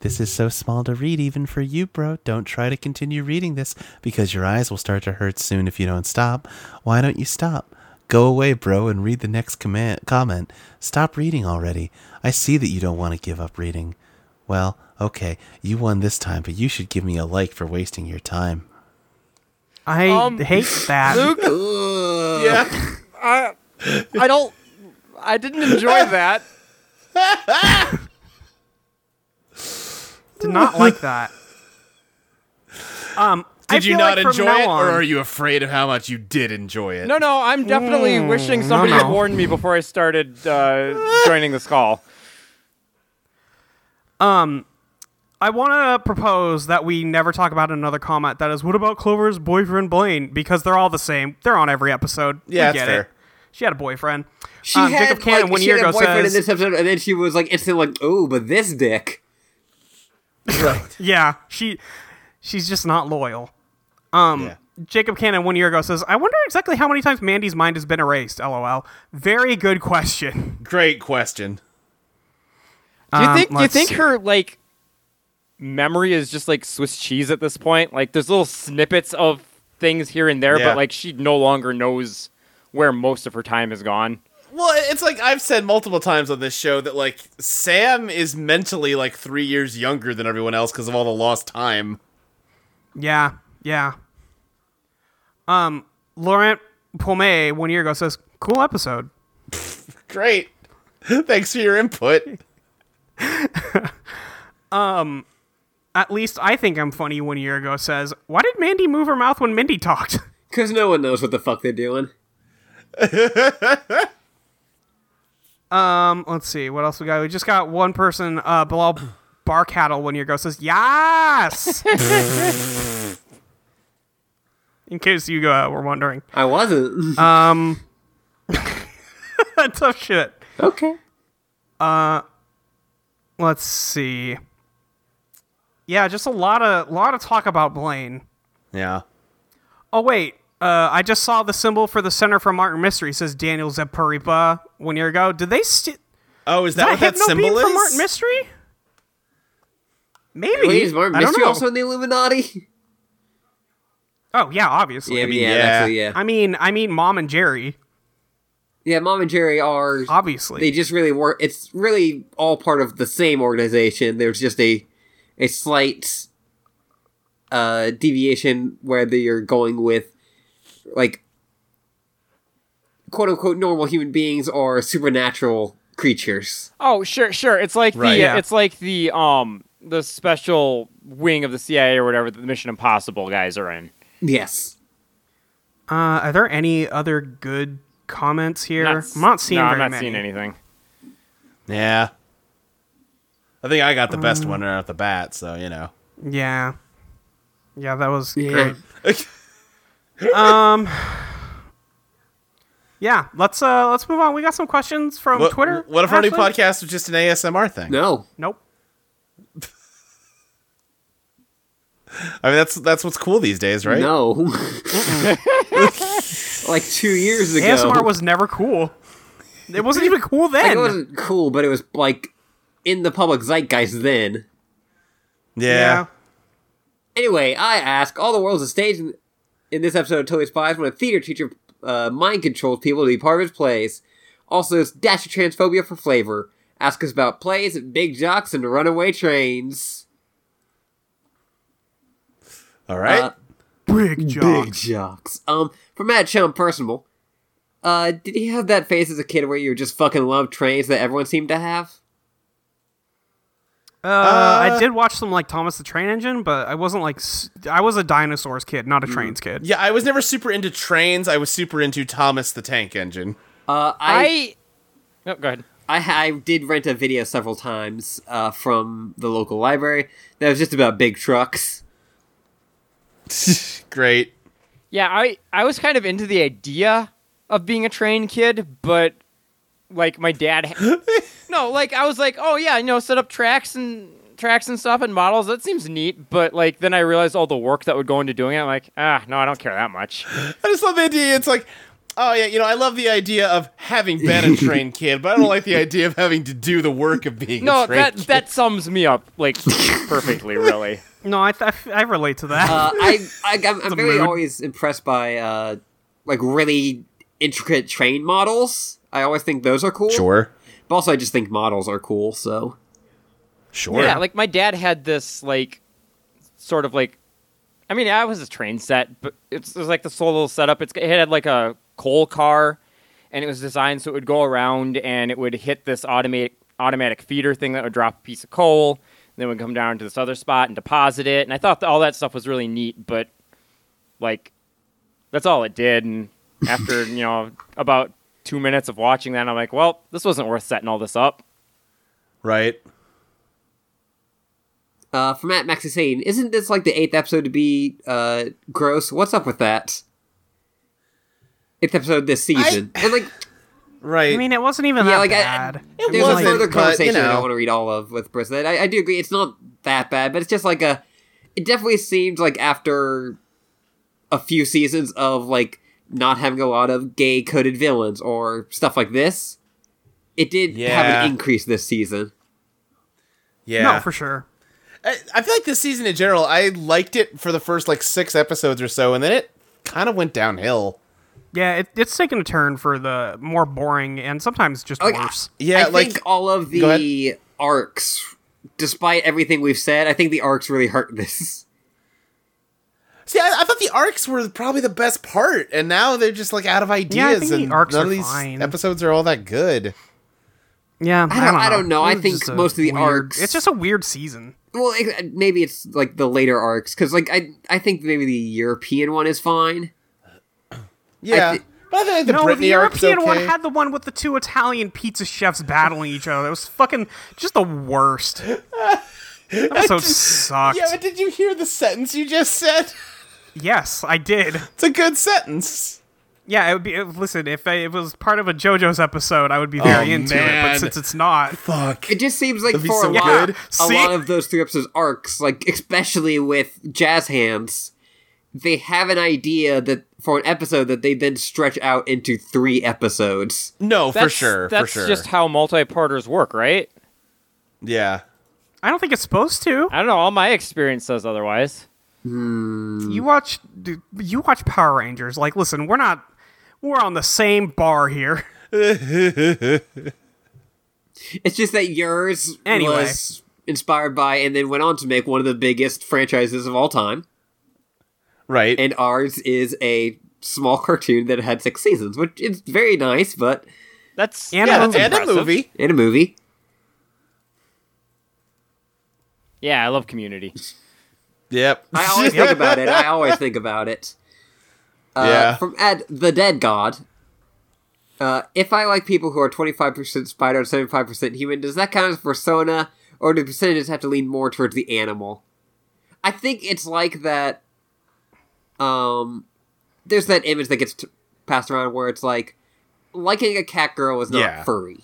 This is so small to read, even for you, bro. Don't try to continue reading this because your eyes will start to hurt soon if you don't stop. Why don't you stop? Go away, bro, and read the next command- comment. Stop reading already. I see that you don't want to give up reading. Well, okay, you won this time, but you should give me a like for wasting your time. I Um, hate that. "Yeah, I don't. I didn't enjoy that. Did not like that. Um, I did you feel not like from enjoy now it, or on- are you afraid of how much you did enjoy it?" No, no. I'm definitely wishing somebody Hmm. no, had no. warned me before I started uh, joining this call. I want to propose that we never talk about another comment that is, what about Clover's boyfriend Blaine? Because they're all the same. They're on every episode. We Yeah, that's get fair. it. She had a boyfriend. She um, had, Jacob Cannon like, one she year had a ago boyfriend says, in this episode, and then she was like instantly like, "Oh, but this dick." Right. yeah, she, she's just not loyal. Um, Yeah. Jacob Cannon one year ago says, I wonder exactly how many times Mandy's mind has been erased. LOL. Very good question. Great question. Do you Um, think? Do you let's think see. her like memory is just like Swiss cheese at this point? Like there's little snippets of things here and there, Yeah. but like she no longer knows where most of her time has gone. Well, it's like I've said multiple times on this show that like Sam is mentally like three years younger than everyone else because of all the lost time. Yeah, yeah. Um, Laurent Pomé one year ago says, "Cool episode." Great. Thanks for your input. At least I think I'm funny. One year ago says, "Why did Mandy move her mouth when Mindy talked?" Because no one knows what the fuck they're doing. Um, let's see what else we got. We just got one person, uh, Bilal Bar Cattle one year ago says, "Yes." In case you uh, were wondering, I Uh, wasn't. tough shit. okay. Let's see. Yeah, just a lot of lot of talk about Blaine. Yeah. Oh wait, uh, I just saw the symbol for the Center for Martin Mystery. Says Daniel Zeparipa one year ago. Did they st- Oh, is that that what that hypno symbol beam for is? Martin Mystery? Maybe. Wait, is Martin I don't Mystery know. also in the Illuminati? Oh yeah, obviously. Yeah, mean, yeah, yeah. that's a- yeah. I mean, I mean, Mom and Jerry, Yeah, Mom and Jerry are. obviously. They just really work. It's really all part of the same organization. There's just a, a slight, uh, deviation whether you're going with, like, quote unquote normal human beings or supernatural creatures. Oh, sure, sure. It's like the Right. uh, Yeah. it's like the um the special wing of the CIA or whatever that the Mission Impossible guys are in. Yes. uh, are there any other good comments here? Not s- I'm not seeing no, very I'm not many. seeing anything. Yeah. I think I got the Um, best one right off the bat, so you know. Yeah. Yeah, that was Yeah. great. yeah, let's uh let's move on. We got some questions from What, Twitter. What if our new actually. podcast was just an ASMR thing? No. Nope. I mean, that's that's what's cool these days, right? No. like two years ago. ASMR was never cool. It wasn't even cool Like, then. it wasn't cool, but it was like in the public zeitgeist then. Yeah. yeah. Anyway, I ask, all the world's a stage in, in this episode of Totally Spies when a theater teacher uh, mind controls people to be part of his plays. Also, it's dash of transphobia for flavor. Ask us about plays, big jocks, and runaway trains. All right. Uh, Big Big jocks. jocks. Um, from Matt Chum Personal. Uh, did he have that phase as a kid where you just fucking loved trains that everyone seemed to have? Uh, I did watch some like Thomas the Train Engine, but I wasn't like s- I was a dinosaurs kid, not a trains kid. yeah, I was never super into trains. I was super into Thomas the Tank Engine. Uh, I I. No, go ahead. I, ha- I did rent a video several times uh, from the local library that was just about big trucks. Great. Yeah, I I was kind of into the idea of being a train kid, but like my dad No, like I was like, "Oh yeah, you know, set up tracks and tracks and stuff and models. That seems neat." But like then I realized all the work that would go into doing it. I'm like, "Ah, no, I don't care that much." I just love the idea. It's like, oh yeah, you know, I love the idea of having been a train kid, but I don't like the idea of having to do the work of being No, a train that kid. that sums me up like perfectly, really. No, I, th- I f- I relate to that. Uh, I, I I'm, I'm very mood. always impressed by uh, like really intricate train models. I always think those are cool. Sure. But also, I just think models are cool. So Sure. Yeah, like my dad had this like sort of like I mean, I was a train set, but it's it was like this whole little setup. It's it had like a coal car and it was designed so it would go around and it would hit this automatic automatic feeder thing that would drop a piece of coal, and then would come down to this other spot and deposit it. And I thought that all that stuff was really neat, but like that's all it did and after, you know, about 2 minutes of watching that, I'm like, well, this wasn't worth setting all this up. right. uh, for Matt Maxi saying, isn't this like the eighth episode to be uh, gross? What's up with that? Eighth episode this season, and like Right. I mean, it wasn't even yeah, that like I- bad. It There's wasn't, a further but, conversation you I know. don't want to read all of with Briss. I, I do agree, it's not that bad, but it's just like a. It definitely seemed like after a few seasons of like not having a lot of gay coded villains or stuff like this, it did have Yeah. an increase this season. yeah. No, for sure. I, I feel like this season in general, I liked it for the first like six episodes or so, and then it kind of went downhill. Yeah, it, it's taken a turn for the more boring and sometimes just Like, worse. Yeah, I like think all of Go the arcs, despite everything we've said, I think the arcs really hurt this. see, I, I thought the arcs were probably the best part, and now they're just like out of ideas. Yeah, I think the and arcs none are of these fine. episodes are all that good. Yeah, I don't- I don't know. It I was think just a most of the weird- arcs- It's just a weird season. Well, it, maybe it's like the later arcs because, like, I I think maybe the European one is fine. Yeah, thi- but I think like, the no, Brittany the arc's European one okay. had the one with the two Italian pizza chefs battling each other. It was fucking just the worst. That episode sucked. Yeah, but did you hear the sentence you just said? yes, I did. It's a good sentence. Yeah, it would be. it- listen, if I, it was part of a JoJo's episode, I would be Oh, very into it. man. But since it's not, Fuck. It just seems like That'd be for so a lot, good. a See? lot of those three episodes arcs, like especially with Jazz Hands, they have an idea that for an episode that they then stretch out into three episodes. No, That's, for sure. That's for sure. just how multi-parters work, right? yeah. I don't think it's supposed to. I don't know. All my experience says otherwise. You watch, dude, you watch Power Rangers. Like, listen, we're not, we're on the same bar here. It's just that yours Anyway. was inspired by and then went on to make one of the biggest franchises of all time, Right. and ours is a small cartoon that had six seasons, which is very nice, but That's And yeah, a that's movie. and a impressive. movie. in a movie. Yeah, I love Community. Yep. I always think about it. I always think about it. Uh, Yeah. From Ed, the Dead God. Uh, if I like people who are 25% spider and 75% human, does that count as persona, or do percentages have to lean more towards the animal? I think it's like that. Um, there's that image that gets t- passed around where it's like, liking a cat girl is not Yeah. furry.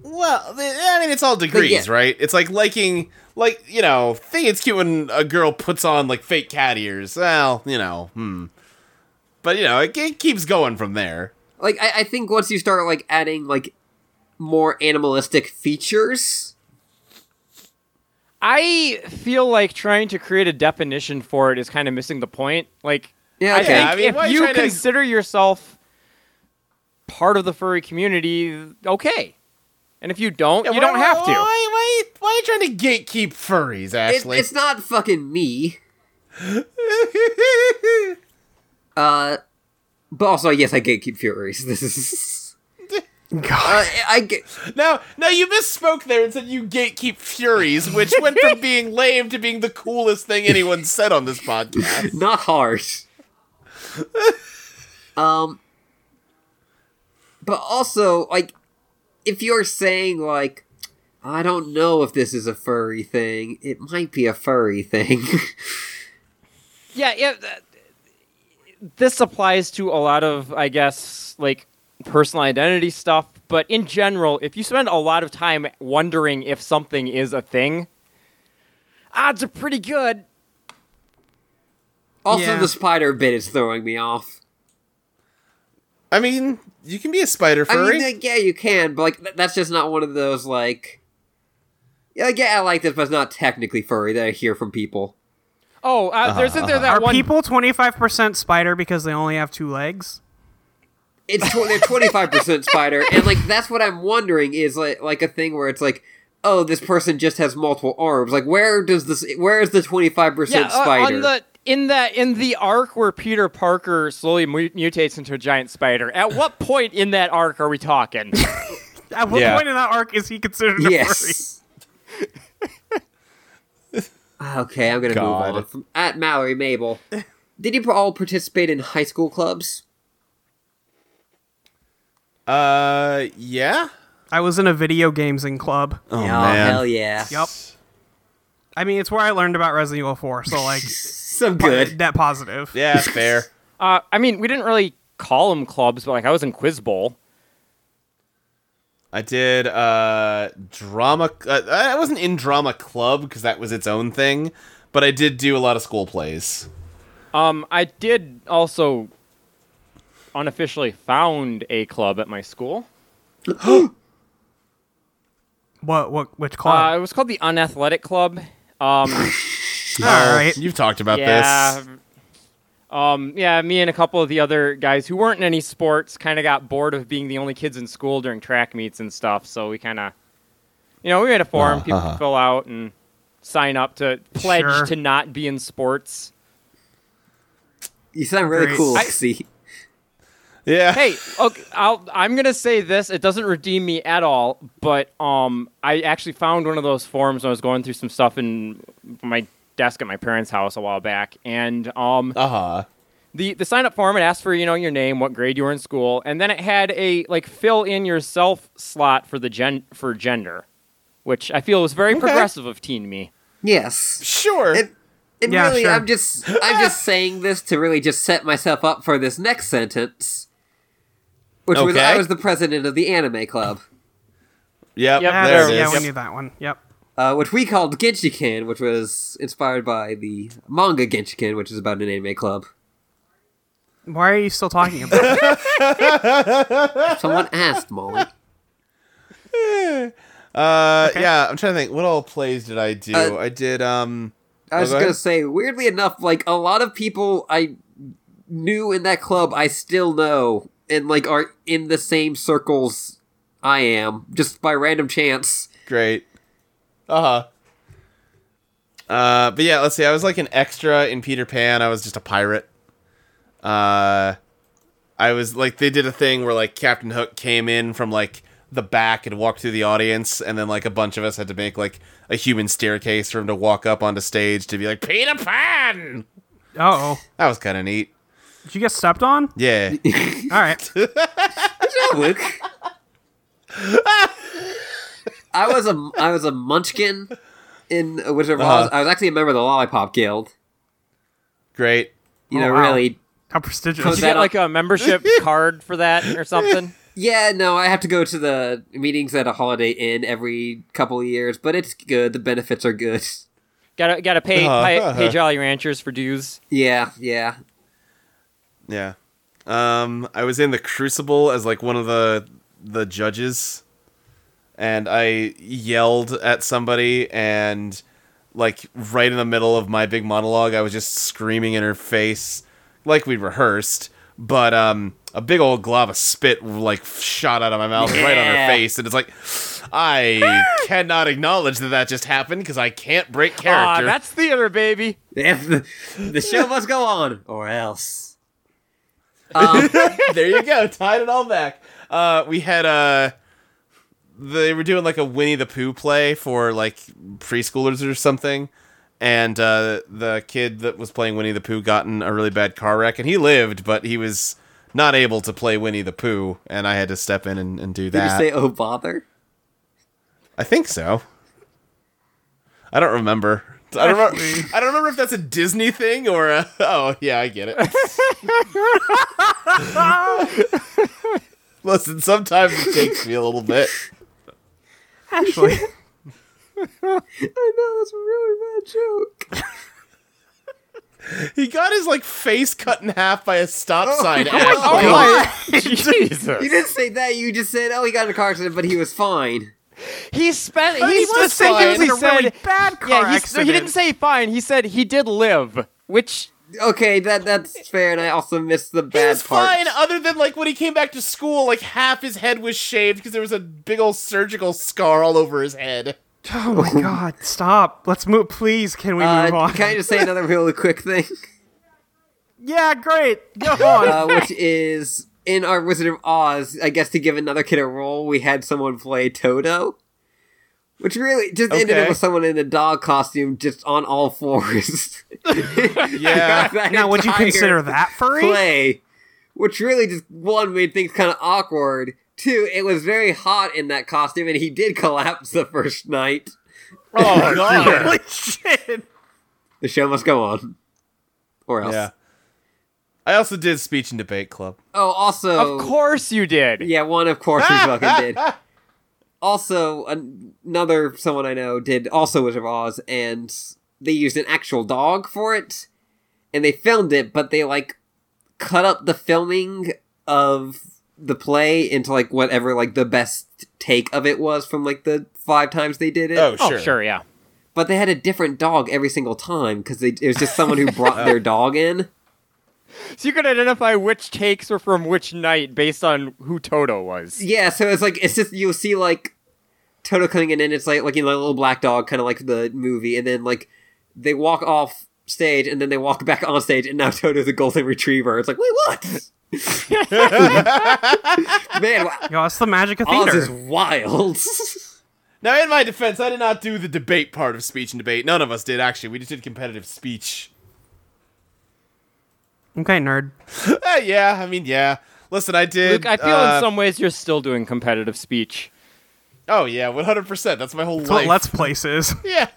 Well, th- I mean, it's all degrees, yeah. right? It's like liking, like you know, think it's cute when a girl puts on like fake cat ears. Well, you know, hmm. But you know, it, it keeps going from there. Like I, I think once you start like adding like more animalistic features, I feel like trying to create a definition for it is kind of missing the point. Like, yeah, I okay. think I mean, why are if you you trying to- consider yourself part of the furry community, okay. And if you don't, you don't Why- have Why, to. why, why are you trying to gatekeep furries, It- Ashley? it's not fucking me. Uh, but also yes, I gatekeep Furies. This is. God. Uh, I get. now, now you misspoke there and said you gatekeep furies, which went from being lame to being the coolest thing anyone said on this podcast. not hard. um, but also like, if you're saying like, I don't know if this is a furry thing, it might be a furry thing. Yeah, yeah. th- This applies to a lot of, I guess, like personal identity stuff. But in general, if you spend a lot of time wondering if something is a thing, odds are pretty good. also, Yeah. the spider bit is throwing me off. I mean, you can be a spider I furry. mean, like, yeah, you can, but like, th- that's just not one of those like. Yeah, like, yeah, I like this, but it's not technically furry that I hear from people. Oh, uh, there's isn't there that Uh-huh, Are one people 25% spider because they only have two legs? it's tw- they're twenty five percent spider, and like that's what I'm wondering is like like a thing where it's like, oh, this person just has multiple arms. Like, where does this? Where is the twenty five percent uh, spider? On the in that in the arc where Peter Parker slowly mu- mutates into a giant spider. At what point in that arc are we talking? At what Yeah. point in that arc is he considered a furry? yes. okay, I'm gonna God. move on. From, at Mallory Mabel, did you all participate in high school clubs? uh, yeah. I was in a video games in club. Oh, Yeah, man. hell yeah. Yep. I mean, it's where I learned about Resident Evil 4, so like Some good. net positive. Yeah, fair. uh, I mean, we didn't really call them clubs, but like I was in Quiz Bowl. I did uh drama. Uh, I wasn't in drama club because that was its own thing, but I did do a lot of school plays. Um, I did also unofficially found a club at my school. What what which Uh, club? it was called the Unathletic Club. Um, All right. You've talked about yeah. this. Um, yeah, me and a couple of the other guys who weren't in any sports kind of got bored of being the only kids in school during track meets and stuff. So we kind of, you know, we made a form. people could fill out and sign up to pledge Sure. to not be in sports. You sound really Great. cool, I- see. Yeah. Hey, okay, I'll, I'm gonna say this. It doesn't redeem me at all, but um, I actually found one of those forms when I was going through some stuff in my desk at my parents' house a while back, and um, Uh huh. the the sign up form it asked for you know your name what grade you were in school and then it had a like fill in yourself slot for the gen for gender which i feel was very progressive of teen me Yes. Sure. It, and Yeah, really, sure. I'm just I'm just saying this to really just set myself up for this next sentence, which was Okay. I was the president of the anime club, yep. Yep, Ah, There there- it yeah, is. we knew that one. Yep. uh, which we called Genshiken, which was inspired by the manga Genshiken, which is about an anime club. Why are you still talking about it? Someone asked Molly. Uh, yeah. I'm trying to think. What all plays did I do? Uh, I did um. I was Oh, go just gonna ahead. say, weirdly enough, like a lot of people I knew in that club, I still know, and like are in the same circles I am, just by random chance. Great. Uh huh. Uh, but yeah, let's see. I was like an extra in Peter Pan. I was just a pirate. Uh, I was like they did a thing where like Captain Hook came in from like the back and walked through the audience, and then like a bunch of us had to make like a human staircase for him to walk up onto stage to be like Peter Pan. Uh oh. That was kind of neat. Did you get stepped on? Yeah. All right. Yeah, Luke. I was a I was a munchkin in Wizard of Oz. Uh-huh. I was actually a member of the Lollipop Guild. Great. You Oh, know, wow. really How prestigious. Close Did you that get up. like a membership card for that or something? Yeah, no, I have to go to the meetings at a Holiday Inn every couple of years, but it's good. The benefits are good. Gotta gotta pay Uh-huh, pay, uh-huh. pay Jolly Ranchers for dues. Yeah, yeah. Yeah. Um, I was in the Crucible as like one of the the judges, and I yelled at somebody, and like right in the middle of my big monologue, I was just screaming in her face, like we rehearsed. But um, a big old glob of spit like shot out of my mouth right on her Yeah. face, and it's like I cannot acknowledge that that just happened because I can't break Ah, character. that's theater, baby. If the, the show must go on, or else. Um, there you go. Tied it all back. Uh, we had uh, they were doing like a Winnie the Pooh play for like preschoolers or something, and uh, the kid that was playing Winnie the Pooh got in a really bad car wreck, and he lived, but he was not able to play Winnie the Pooh, and I had to step in and, and do did you that. say, oh, bother? I think so. I don't remember. I don't remember, I don't remember if that's a Disney thing or a, oh yeah, I get it. Listen, sometimes it takes me a little bit. Actually, I know, that's a really bad joke. He got his like face cut in half by a stop sign. Oh asshole. my Jesus! You didn't say that, you just said, oh, he got in a car accident, but he was fine. He spent. He, he was saying he was in specifically a said. really bad car yeah, he, no, accident. he didn't say fine. He said he did live, which Okay, that that's fair, and I also missed the He bad was part. fine, other than like when he came back to school, like half his head was shaved because there was a big old surgical scar all over his head. Oh my God! Stop. Let's move. Please, can we move Uh, on? can I just say another really quick thing? Yeah, great. Go on. Uh, which is in our Wizard of Oz, I guess to give another kid a role, we had someone play Toto. Which really just ended Okay. up with someone in a dog costume just on all fours. Yeah. now, would you consider that furry? play? Which really just one made things kind of awkward. Two, it was very hot in that costume, and he did collapse the first night. oh god. Holy shit! The show must go on, or else. Yeah. I also did speech and debate club. Oh, also, of course you did. Yeah, one of course we fucking did. Also, an- another someone I know did also Wizard of Oz, and they used an actual dog for it, and they filmed it, but they like cut up the filming of the play into like whatever like the best take of it was from like the five times they did it. Oh, sure. yeah. But they had a different dog every single time because it was just someone who brought their dog in. So you could identify which takes were from which night based on who Toto was. Yeah, so it's like it's just you'll see like Toto coming in and it's like looking like a little black dog, kind of like the movie, and then like they walk off stage and then they walk back on stage, and now Toto's a golden retriever. It's like wait, what? Man, wow, Yo, that's the magic of Oz theater. is wild. Now, in my defense, I did not do the debate part of speech and debate. None of us did, actually. We just did competitive speech. Okay, nerd. Eh, yeah, I mean, yeah. Listen, I did. Luke, I feel uh, in some ways you're still doing competitive speech. Oh, yeah, 100%. That's my whole That's life. what Let's Place is. yeah.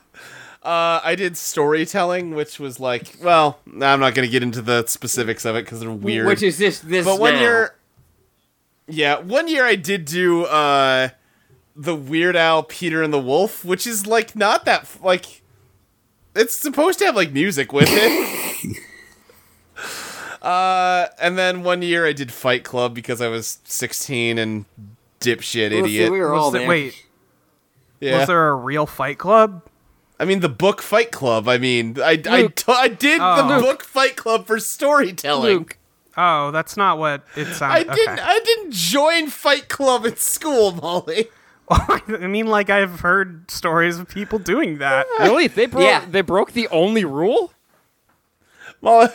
Uh, I did storytelling, which was like, well, nah, I'm not going to get into the specifics of it because they're weird. Which is just this. but one now. year yeah one year i did do uh the weird owl peter and the wolf which is like not that f- like it's supposed to have like music with it uh and then one year i did fight club because i was 16 and dipshit Well, see, idiot we were Was all there- there. wait, yeah was there a real Fight Club? i mean the book fight club i mean i I Luke. t- I did the Oh. book fight club for storytelling Luke, Oh, that's not what it i sounded. didn't i didn't join fight club at school molly I mean, like I've heard stories of people doing that. really? They broke. Yeah. They broke the only rule. molly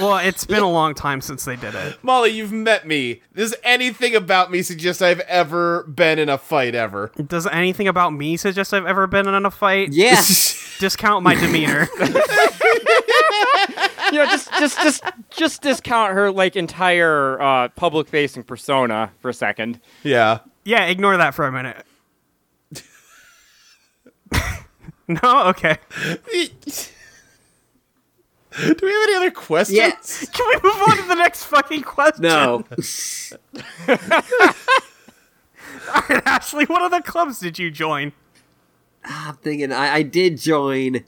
Well, it's been a long time since they did it. Molly, you've met me. Does anything about me suggest I've ever been in a fight ever? Does anything about me suggest I've ever been in a fight? Yeah, Discount my demeanor. you know, just just just just discount her like entire uh, public facing persona for a second. Yeah. yeah, ignore that for a minute. no, okay. Do we have any other questions? Yes. Can we move on to the next fucking question? No. All right, Ashley, what other clubs did you join? I'm thinking I, I did join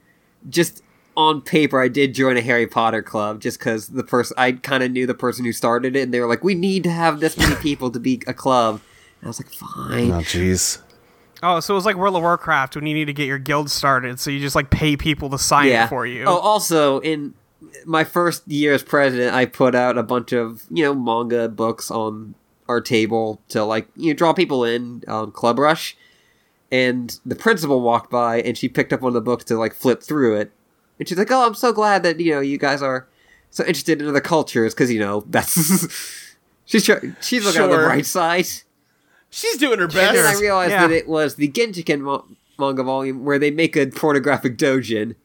just on paper I did join a Harry Potter club just because the person I kind of knew the person who started it and they were like we need to have this many people to be a club and I was like fine Oh, jeez. Oh, so it was like World of Warcraft when you need to get your guild started, so you just like pay people to sign yeah for you. oh also in my first year as president I put out a bunch of you know manga books on our table to like you know, draw people in on Club Rush and the principal walked by and she picked up one of the books to like flip through it and she's like oh i'm so glad that you know you guys are so interested in other cultures because you know that's she's try- she's looking on the Sure. bright side She's doing her and then i best. realized Yeah. that it was the genshiken mo- manga volume where they make a pornographic doujin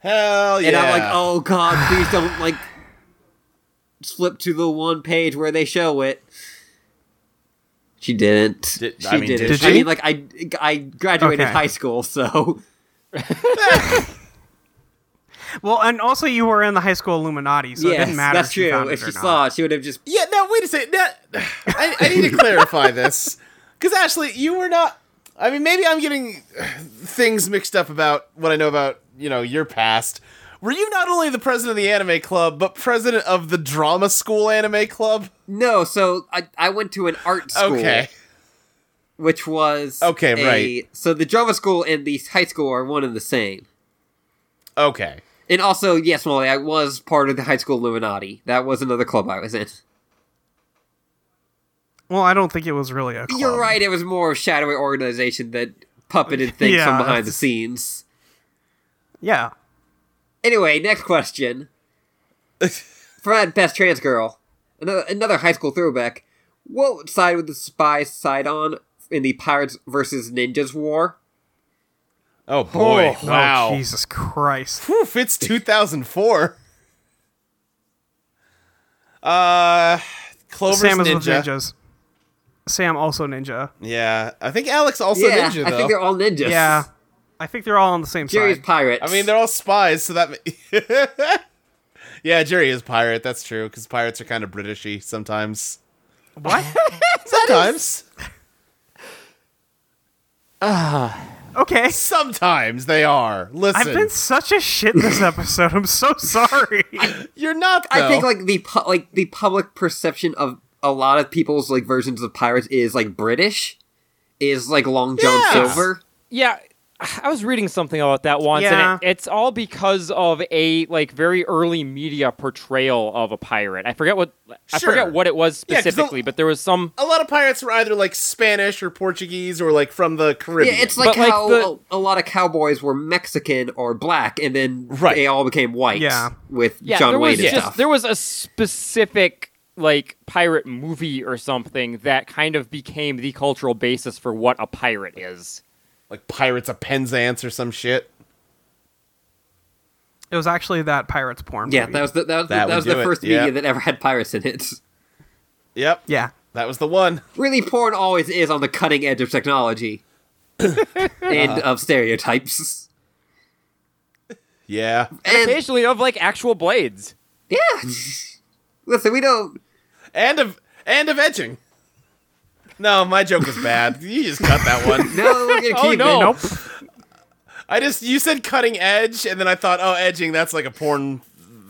Hell yeah. and i'm like oh god please don't like flip to the one page where they show it she didn't. Did- she I mean, didn't. did I she? mean, like I, I graduated Okay. high school, so Well, and also you were in the high school Illuminati, so it yes, didn't matter that's if true. you found if it she or not. saw it, she would have just Yeah, now wait a second. Now, I, I need to clarify this. Because, Ashley, you were not. I mean, maybe I'm getting things mixed up about what I know about, you know, your past. Were you not only the president of the anime club, but president of the drama school anime club? No, so I, I went to an art school, Okay. which was Okay, a- right. So the drama school and the high school are one and the same. Okay. And also, yes, Molly, I was part of the high school Illuminati. That was another club I was in. Well, I don't think it was really a club. You're right; it was more of shadowy organization that puppeted things Yeah, from behind the that's- scenes. Yeah. Anyway, next question. Fred, best trans girl, another, another high school throwback. What side would the spies side on in the pirates versus ninjas war? Oh, boy. Oh, wow. Jesus Christ. Oof, it's 2004. Uh, Clover's Sam is ninja. with ninjas. Sam also ninja. Yeah, I think Alex also yeah, ninja I though. I, think they're all ninjas. Yeah. I think they're all on the same Jerry's side. pirates. mean, they're all spies, so that. ma- yeah, Jerry is pirate. That's true because pirates are kind of Britishy sometimes. What? Sometimes, okay. sometimes they are. I've Listen, been such a shit this episode. I'm so sorry. you're not. Though. I think like the pu- like the public perception of a lot of people's like versions of pirates is like British, is like Long John Yeah. Silver. yeah i was reading something about that once Yeah. and it, it's all because of a like very early media portrayal of a pirate i forget what i Sure. forget what it was Yeah, 'cause the- specifically but there was some a lot of pirates were either like Spanish or Portuguese or like from the Yeah, Caribbean. it's like But, like, how the- a, a lot of cowboys were Mexican or black, and then Right. they all became white. Yeah. with yeah John there Wayne was and just stuff. there was a specific like pirate movie or something that kind of became the cultural basis for what a pirate is like pirates of Penzance or some shit. It was actually that pirates porn. yeah, movie. that was the, that was, That that was would the do it, first yeah. media that ever had pirates in it. Yep, Yeah. that was the one. Really, porn always is on the cutting edge of technology and of stereotypes. Yeah, And occasionally of like actual blades Yeah. Listen, we don't. and of and of etching. No, my joke was bad. you just cut that one. No, we're gonna oh keep no it. Nope. I just you said cutting edge, and then I thought, oh, edging that's like a porn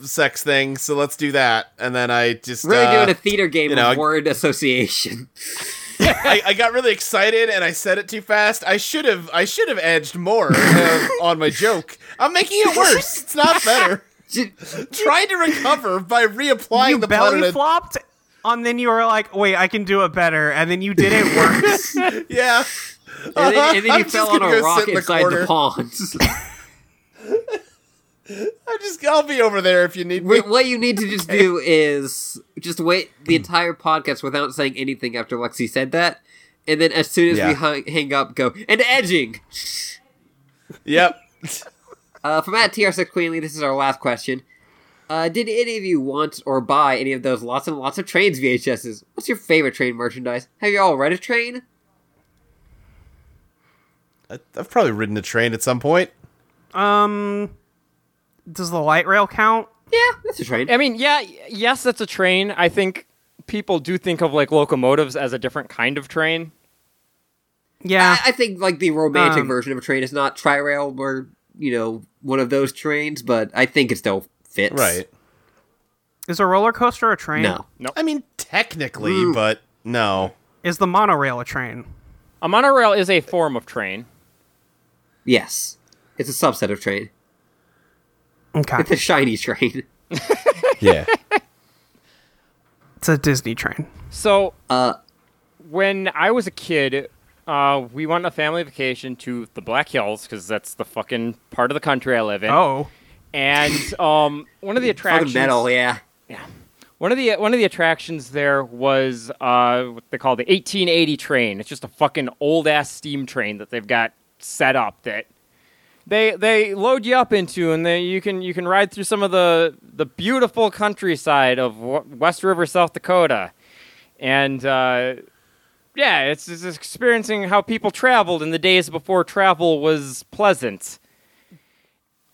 sex thing, so let's do that. And then I just Really uh, doing a theater game you know, of I- word association. I, I got really excited, and I said it too fast. I should have I should have edged more uh, on my joke. I'm making it worse. It's not better. J- Trying to recover by reapplying You the belly pun in a- flopped, and then you were like, wait, I can do it better. And then you did it worse. Yeah, And then, and then I'm you just fell on gonna a go rock sit in the inside the, corner. pond. I just I'll be over there if you need me. what what you need to just do is just wait the entire podcast without saying anything after Lexi said that. And then as soon as Yeah. we hung, hang up, go, and edging! Yep. Uh, from at TR6 Queenly, this is our last question. Uh, did any of you want or buy any of those lots and lots of trains VHSs? What's your favorite train merchandise? Have you all read a train? I- I've probably ridden a train at some point. Um, does the light rail count? Yeah, that's a trade. I mean, yeah, y- yes, that's a train. I think people do think of like locomotives as a different kind of train. Yeah. I, I think like the romantic Um, version of a train is not tri-rail or you know one of those trains, but I think it still fits. Right. Is a roller coaster a train? No. I mean, technically, but no. Is the monorail a train? A monorail is a form of train. Yes, it's a subset of train. Okay. It's a shiny train. Yeah. it's a Disney train. So Uh, when I was a kid, uh, we went on a family vacation to the Black Hills because that's the fucking part of the country I live in. Oh. And um, one of the fucking attractions, metal. Yeah. one of the one of the attractions there was uh, what they call the 1880 train. It's just a fucking old ass steam train that they've got set up that they they load you up into, and they, you can you can ride through some of the the beautiful countryside of W- West River, South Dakota, and. Uh, yeah, it's, it's experiencing how people traveled in the days before travel was pleasant.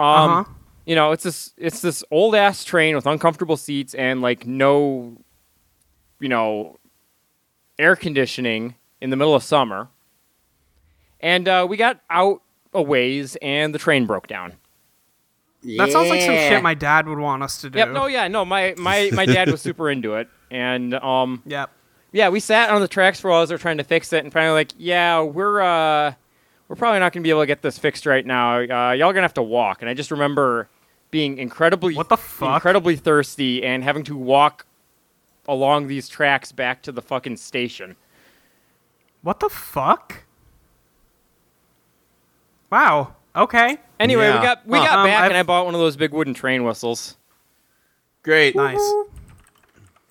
Um, Uh-huh. you know, it's this it's this old ass train with uncomfortable seats and like no, you know, air conditioning in the middle of summer. And uh, we got out a ways, and the train broke down. That sounds like some Yeah. shit my dad would want us to do. Yep. No. Yeah. No. My my my dad was super into it, and um, Yep. yeah, we sat on the tracks for a while as they're trying to fix it, and finally, like, yeah, we're uh, we're probably not gonna be able to get this fixed right now. Uh, y'all gonna have to walk. And I just remember being incredibly What the fuck? incredibly thirsty and having to walk along these tracks back to the fucking station. What the fuck? Wow. Okay. Anyway, Yeah. we got we Huh. got Um, back, I've- and I bought one of those big wooden train whistles. Great. Nice.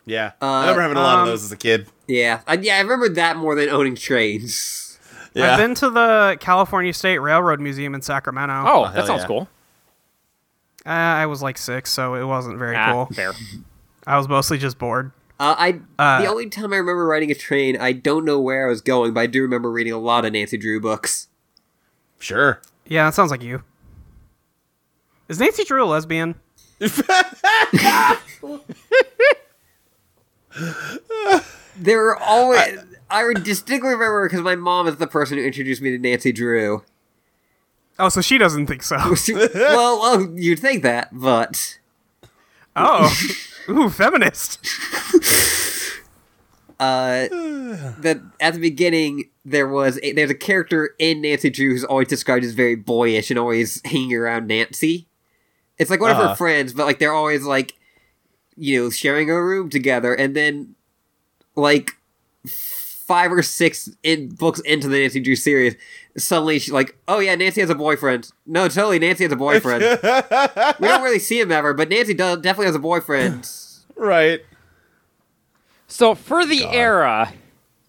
Yeah. I remember having a lot um, of those as a kid. Yeah. I, yeah. I remember that more than owning trains. Yeah. I've been to the California State Railroad Museum in Sacramento. Oh, hell that sounds yeah. cool. Uh, I was like six, so it wasn't very Ah, cool. fair. I was mostly just bored. Uh, I Uh, the only time I remember riding a train, I don't know where I was going, but I do remember reading a lot of Nancy Drew books. Sure. Yeah, that sounds like you. Is Nancy Drew a lesbian? There are always I distinctly remember because my mom is the person who introduced me to Nancy Drew. Oh, so she doesn't think so. well, well, you'd think that, but Oh, ooh, feminist. uh, that at the beginning there was a, there's a character in Nancy Drew who's always described as very boyish and always hanging around Nancy. It's like one of her Uh-huh. friends, but like they're always like you know sharing a room together, and then like five or six in books into the Nancy Drew series, suddenly she's like, "Oh yeah, Nancy has a boyfriend." No, totally, Nancy has a boyfriend. we don't really see him ever, but Nancy does definitely has a boyfriend. right. So for the era,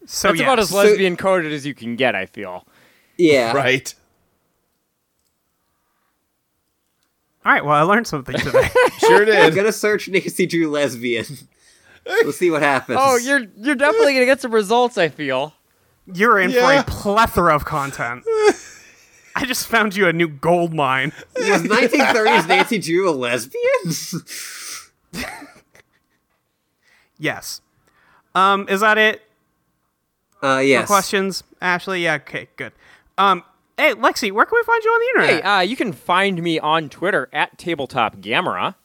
So that's about yes. as lesbian coded as you can get. I feel. Yeah, Right. All right. Well, I learned something today. Sure I'm did. gonna search Nancy Drew lesbian. we'll see what happens. Oh, you're you're definitely gonna get some results. I feel. You're in for Yeah. a plethora of content. I just found you a new gold mine. was 1930s Nancy Drew a lesbian? Yes. Um, is that it? Uh, yes. Questions, Ashley? Yeah. Okay. Good. Um, hey, Lexi, where can we find you on the Hey, internet? uh, you can find me on Twitter at Tabletop Gamera,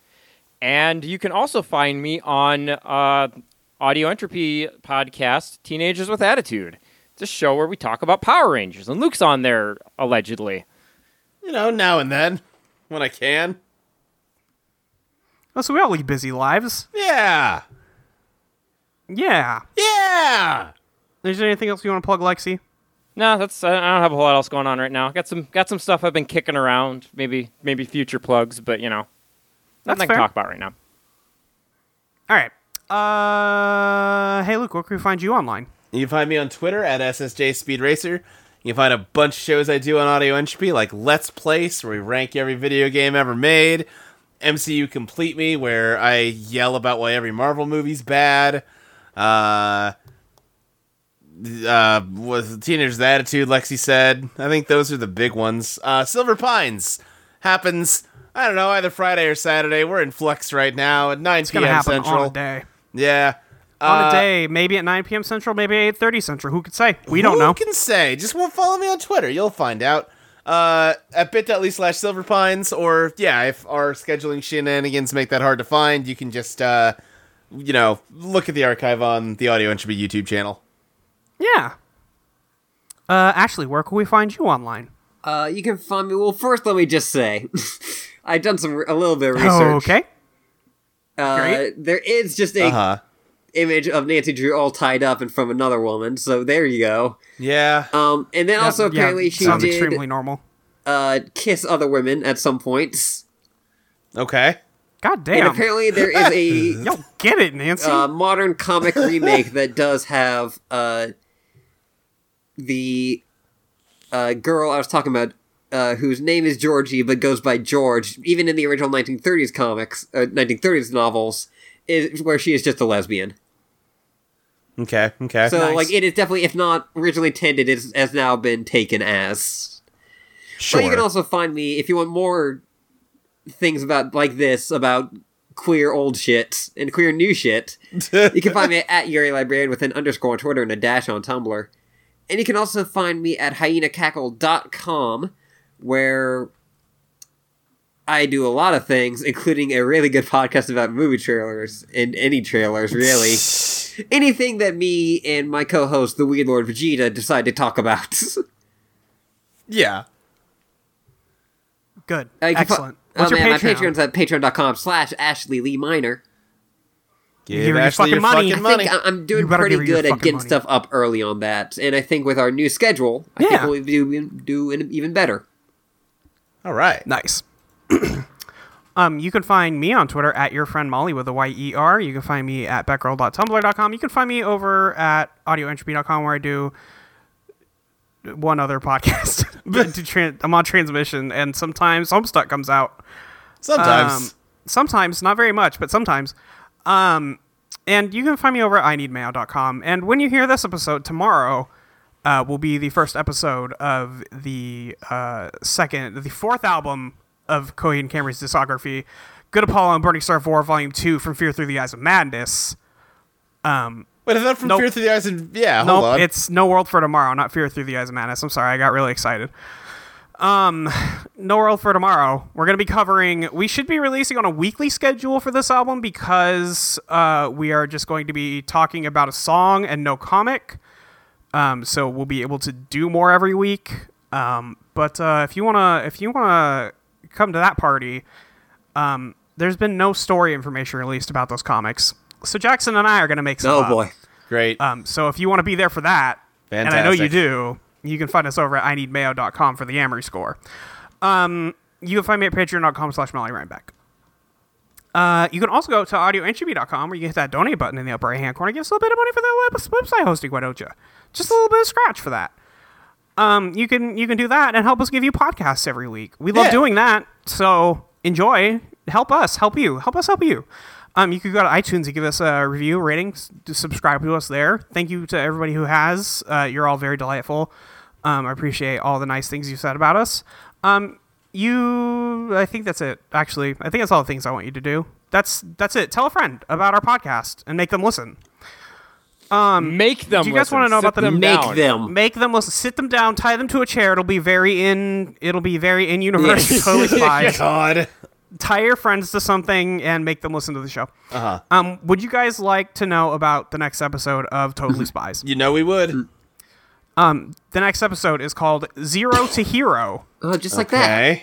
and you can also find me on uh, Audio Entropy podcast Teenagers with Attitude. It's a show where we talk about Power Rangers, and Luke's on there allegedly. You know, now and then when I can. oh, so we all lead busy lives. Yeah. Yeah. Yeah. Is there anything else you want to plug, Lexi? No, that's I I don't have a whole lot else going on right now. Got some got some stuff I've been kicking around. Maybe maybe future plugs, but you know, That's nothing I fair. can talk about right now. All right. Uh, hey, Luke, where can we find you online? You can find me on Twitter at SSJ Speed Racer. You can find a bunch of shows I do on Audio Entropy, like Let's Place, where we rank every video game ever made, MCU Complete Me, where I yell about why every Marvel movie's bad, uh, uh, was Teenager's Attitude, Lexi said. I think those are the big ones. Uh, Silver Pines happens. I don't know, either Friday or Saturday. We're in flux right now at 9 It's gonna p.m. happen Central. on a day. Yeah. on Uh, a day, maybe at 9 p.m. Central, maybe at 8:30 Central. Who could say? We don't Who know. can say? Just won't follow me on Twitter. You'll find out. Uh, at bit.ly slash silverpines, or yeah, if our scheduling shenanigans make that hard to find, you can just, uh, you know, look at the archive on the Audio Entropy YouTube channel. Yeah. Uh, Ashley, where can we find you online? Uh, you can find me. Well, first, let me just say, I've done some a little bit of research. Oh, Okay. Uh, great. There is just a Uh huh. image of Nancy Drew all tied up and from another woman. So there you go. Yeah. Um, and then also Yeah, apparently she sounds did extremely normal. uh kiss other women at some points. Okay. God And damn. apparently there is Yo, get it, Nancy. a uh, modern comic remake that does have uh the uh girl I was talking about uh, whose name is Georgie but goes by George, even in the original 1930s comics, uh, 1930s novels, is where she is just a lesbian. Okay. Okay. So Nice. like it is definitely, if not originally intended, it has now been taken as. sure. But you can also find me if you want more things about like this about queer old shit and queer new shit. you can find me at Yuri Librarian with an underscore on Twitter and a dash on Tumblr. And you can also find me at hyenacackle.com where I do a lot of things, including a really good podcast about movie trailers and any trailers, really. Anything that me and my co host, the Weird Lord Vegeta, decide to talk about. yeah. Good. Uh, you can fo- Excellent. What's oh, your man, my Patreon? Patreon's at patreon.com slash Ashley Lee Minor. Give Give her your Ashley your fucking money. fucking I I money. think I- I'm doing You better pretty give her your good at fucking getting money. stuff up early on that, and I think with our new schedule, I Yeah. think we'll do do an- even better. All right. Nice. um, you can find me on Twitter at your friend Molly with a Y E R. You can find me at backgirl.tumblr.com. You can find me over at audioentropy.com where I do one other podcast. To tran- I'm on transmission, and sometimes Homestuck comes out. Um, Sometimes. sometimes, not very much, but sometimes. Um, and you can find me over at ineedmail.com. And when you hear this episode tomorrow, uh, will be the first episode of the uh, second, the fourth album of Cohen and Camry's discography, Good Apollo and Burning Star 4, Volume 2, From Fear Through the Eyes of Madness. Wait, I thought from nope. Fear Through the Eyes and yeah, No, hold on. it's No World for Tomorrow, not Fear Through the Eyes of Madness. I'm sorry, I got really excited. Um, No World for Tomorrow. We're gonna be covering. We should be releasing on a weekly schedule for this album because uh, we are just going to be talking about a song and no comic. Um, so we'll be able to do more every week. Um, but uh, if you wanna, if you wanna come to that party, um, there's been no story information released about those comics. So Jackson and I are gonna make some. Oh up. boy. Great. Um, so if you want to be there for that, and I know you Fantastic. do, you can find us over at ineedmayo.com for the Amory score. Um, you can find me at patreon.com slash Molly Rhinebeck. Uh, you can also go to audioentropy.com where you can hit that donate button in the upper right hand corner. Give us a little bit of money for that web- website hosting, why don't you? Just a little bit of scratch for that. Um, you can you can do that and help us give you podcasts every week. We love Yeah. doing that, so enjoy. Help us, help you, help us, help you. Um, you could go to iTunes and give us a review, rating, s- to subscribe to us there. Thank you to everybody who has. Uh, you're all very delightful. Um, I appreciate all the nice things you said about us. Um, you, I think that's it. Actually, I think that's all the things I want you to do. That's that's it. Tell a friend about our podcast and make them listen. Make them. Do you guys listen. wanna know Sit about the- them Make down. them. Make them listen. Sit them down. Tie them to a chair. It'll be very in. It'll be very in universe. totally spies. God. Tie your friends to something and make them listen to the show. Uh-huh. Um, would you guys like to know about the next episode of Totally Spies? You know we Mm. would. The next episode is called Zero to Hero. Oh, just like that. Okay.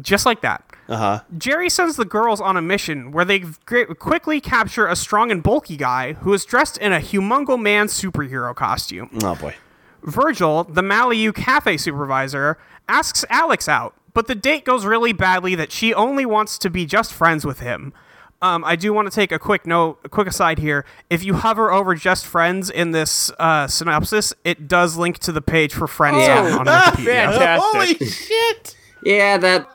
Just like that. Uh huh. Jerry sends the girls on a mission where they gr- quickly capture a strong and bulky guy who is dressed in a humongo man superhero costume. Oh boy. Virgil, the Maliu cafe supervisor, asks Alex out, but the date goes really badly that she only wants to be just friends with him. Um, I do want to take a quick note, a quick aside here. If you hover over just friends in this uh, synopsis, it does link to the page for friends Yeah. on, on Wikipedia. Holy Fantastic. shit. Yeah, that.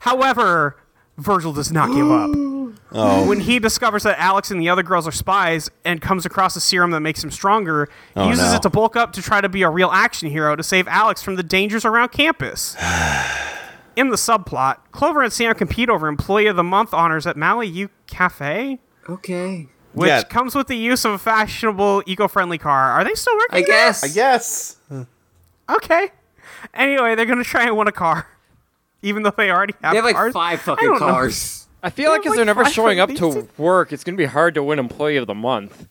However, Virgil does not give up. Oh. When he discovers that Alex and the other girls are spies and comes across a serum that makes him stronger, Oh, he uses no. it to bulk up to try to be a real action hero to save Alex from the dangers around campus. In the subplot, Clover and Sam compete over Employee of the Month honors at Mali U Cafe, Okay. which Yeah. comes with the use of a fashionable, eco-friendly car. Are they still working? I there? guess. I guess. Okay. Anyway, they're gonna try and win a car, even though they already have. They have like cars. five I fucking don't know. cars. I feel like have, if they're like, never five showing up to releases. work, it's gonna be hard to win Employee of the Month.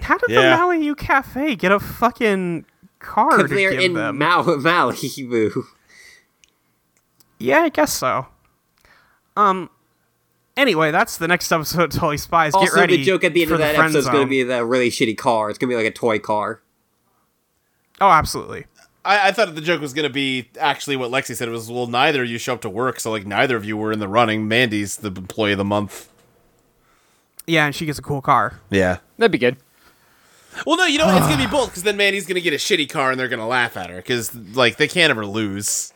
How did Yeah. the Maliu Cafe get a fucking car Because to they're give in them? Mal- Malibu. yeah, I guess so. Um. Anyway, that's the next episode of Totally Spies. Get Also, ready. the joke at the end for of that friend episode is going zone. to be the really shitty car. It's going to be like a toy car. Oh, absolutely. I, I thought the joke was going to be actually what Lexi said was, well, neither of you show up to work, so like neither of you were in the running. Mandy's the employee of the month. Yeah, and she gets a cool car. Yeah. That'd be good. Well, no, you know what? It's gonna be both because then Mandy's gonna get a shitty car and they're gonna laugh at her because like they can't ever lose.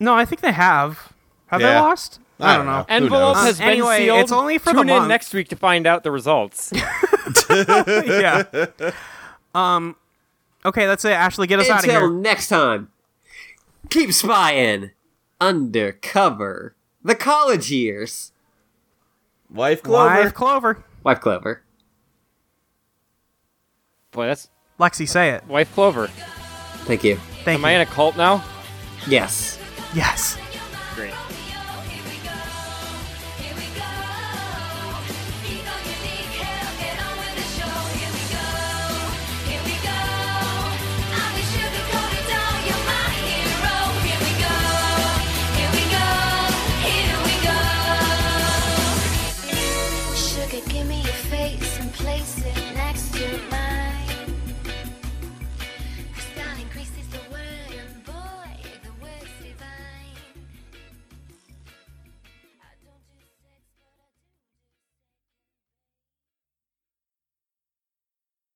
No, I think they have. Have they Yeah. lost? I, don't know. Who Envelope knows? has been Um, Anyway, sealed. it's only for the Tune in month. next week to find out the results. yeah. Um. Okay, that's it. Ashley, get us out of Until here. next time, keep spying. Undercover. The college years. Wife Clover. Live Clover. Wife Clover. Boy, that's Lexi, say it. Wife Clover. Thank you. Thank Am you. I in a cult now? Yes. yes. Great.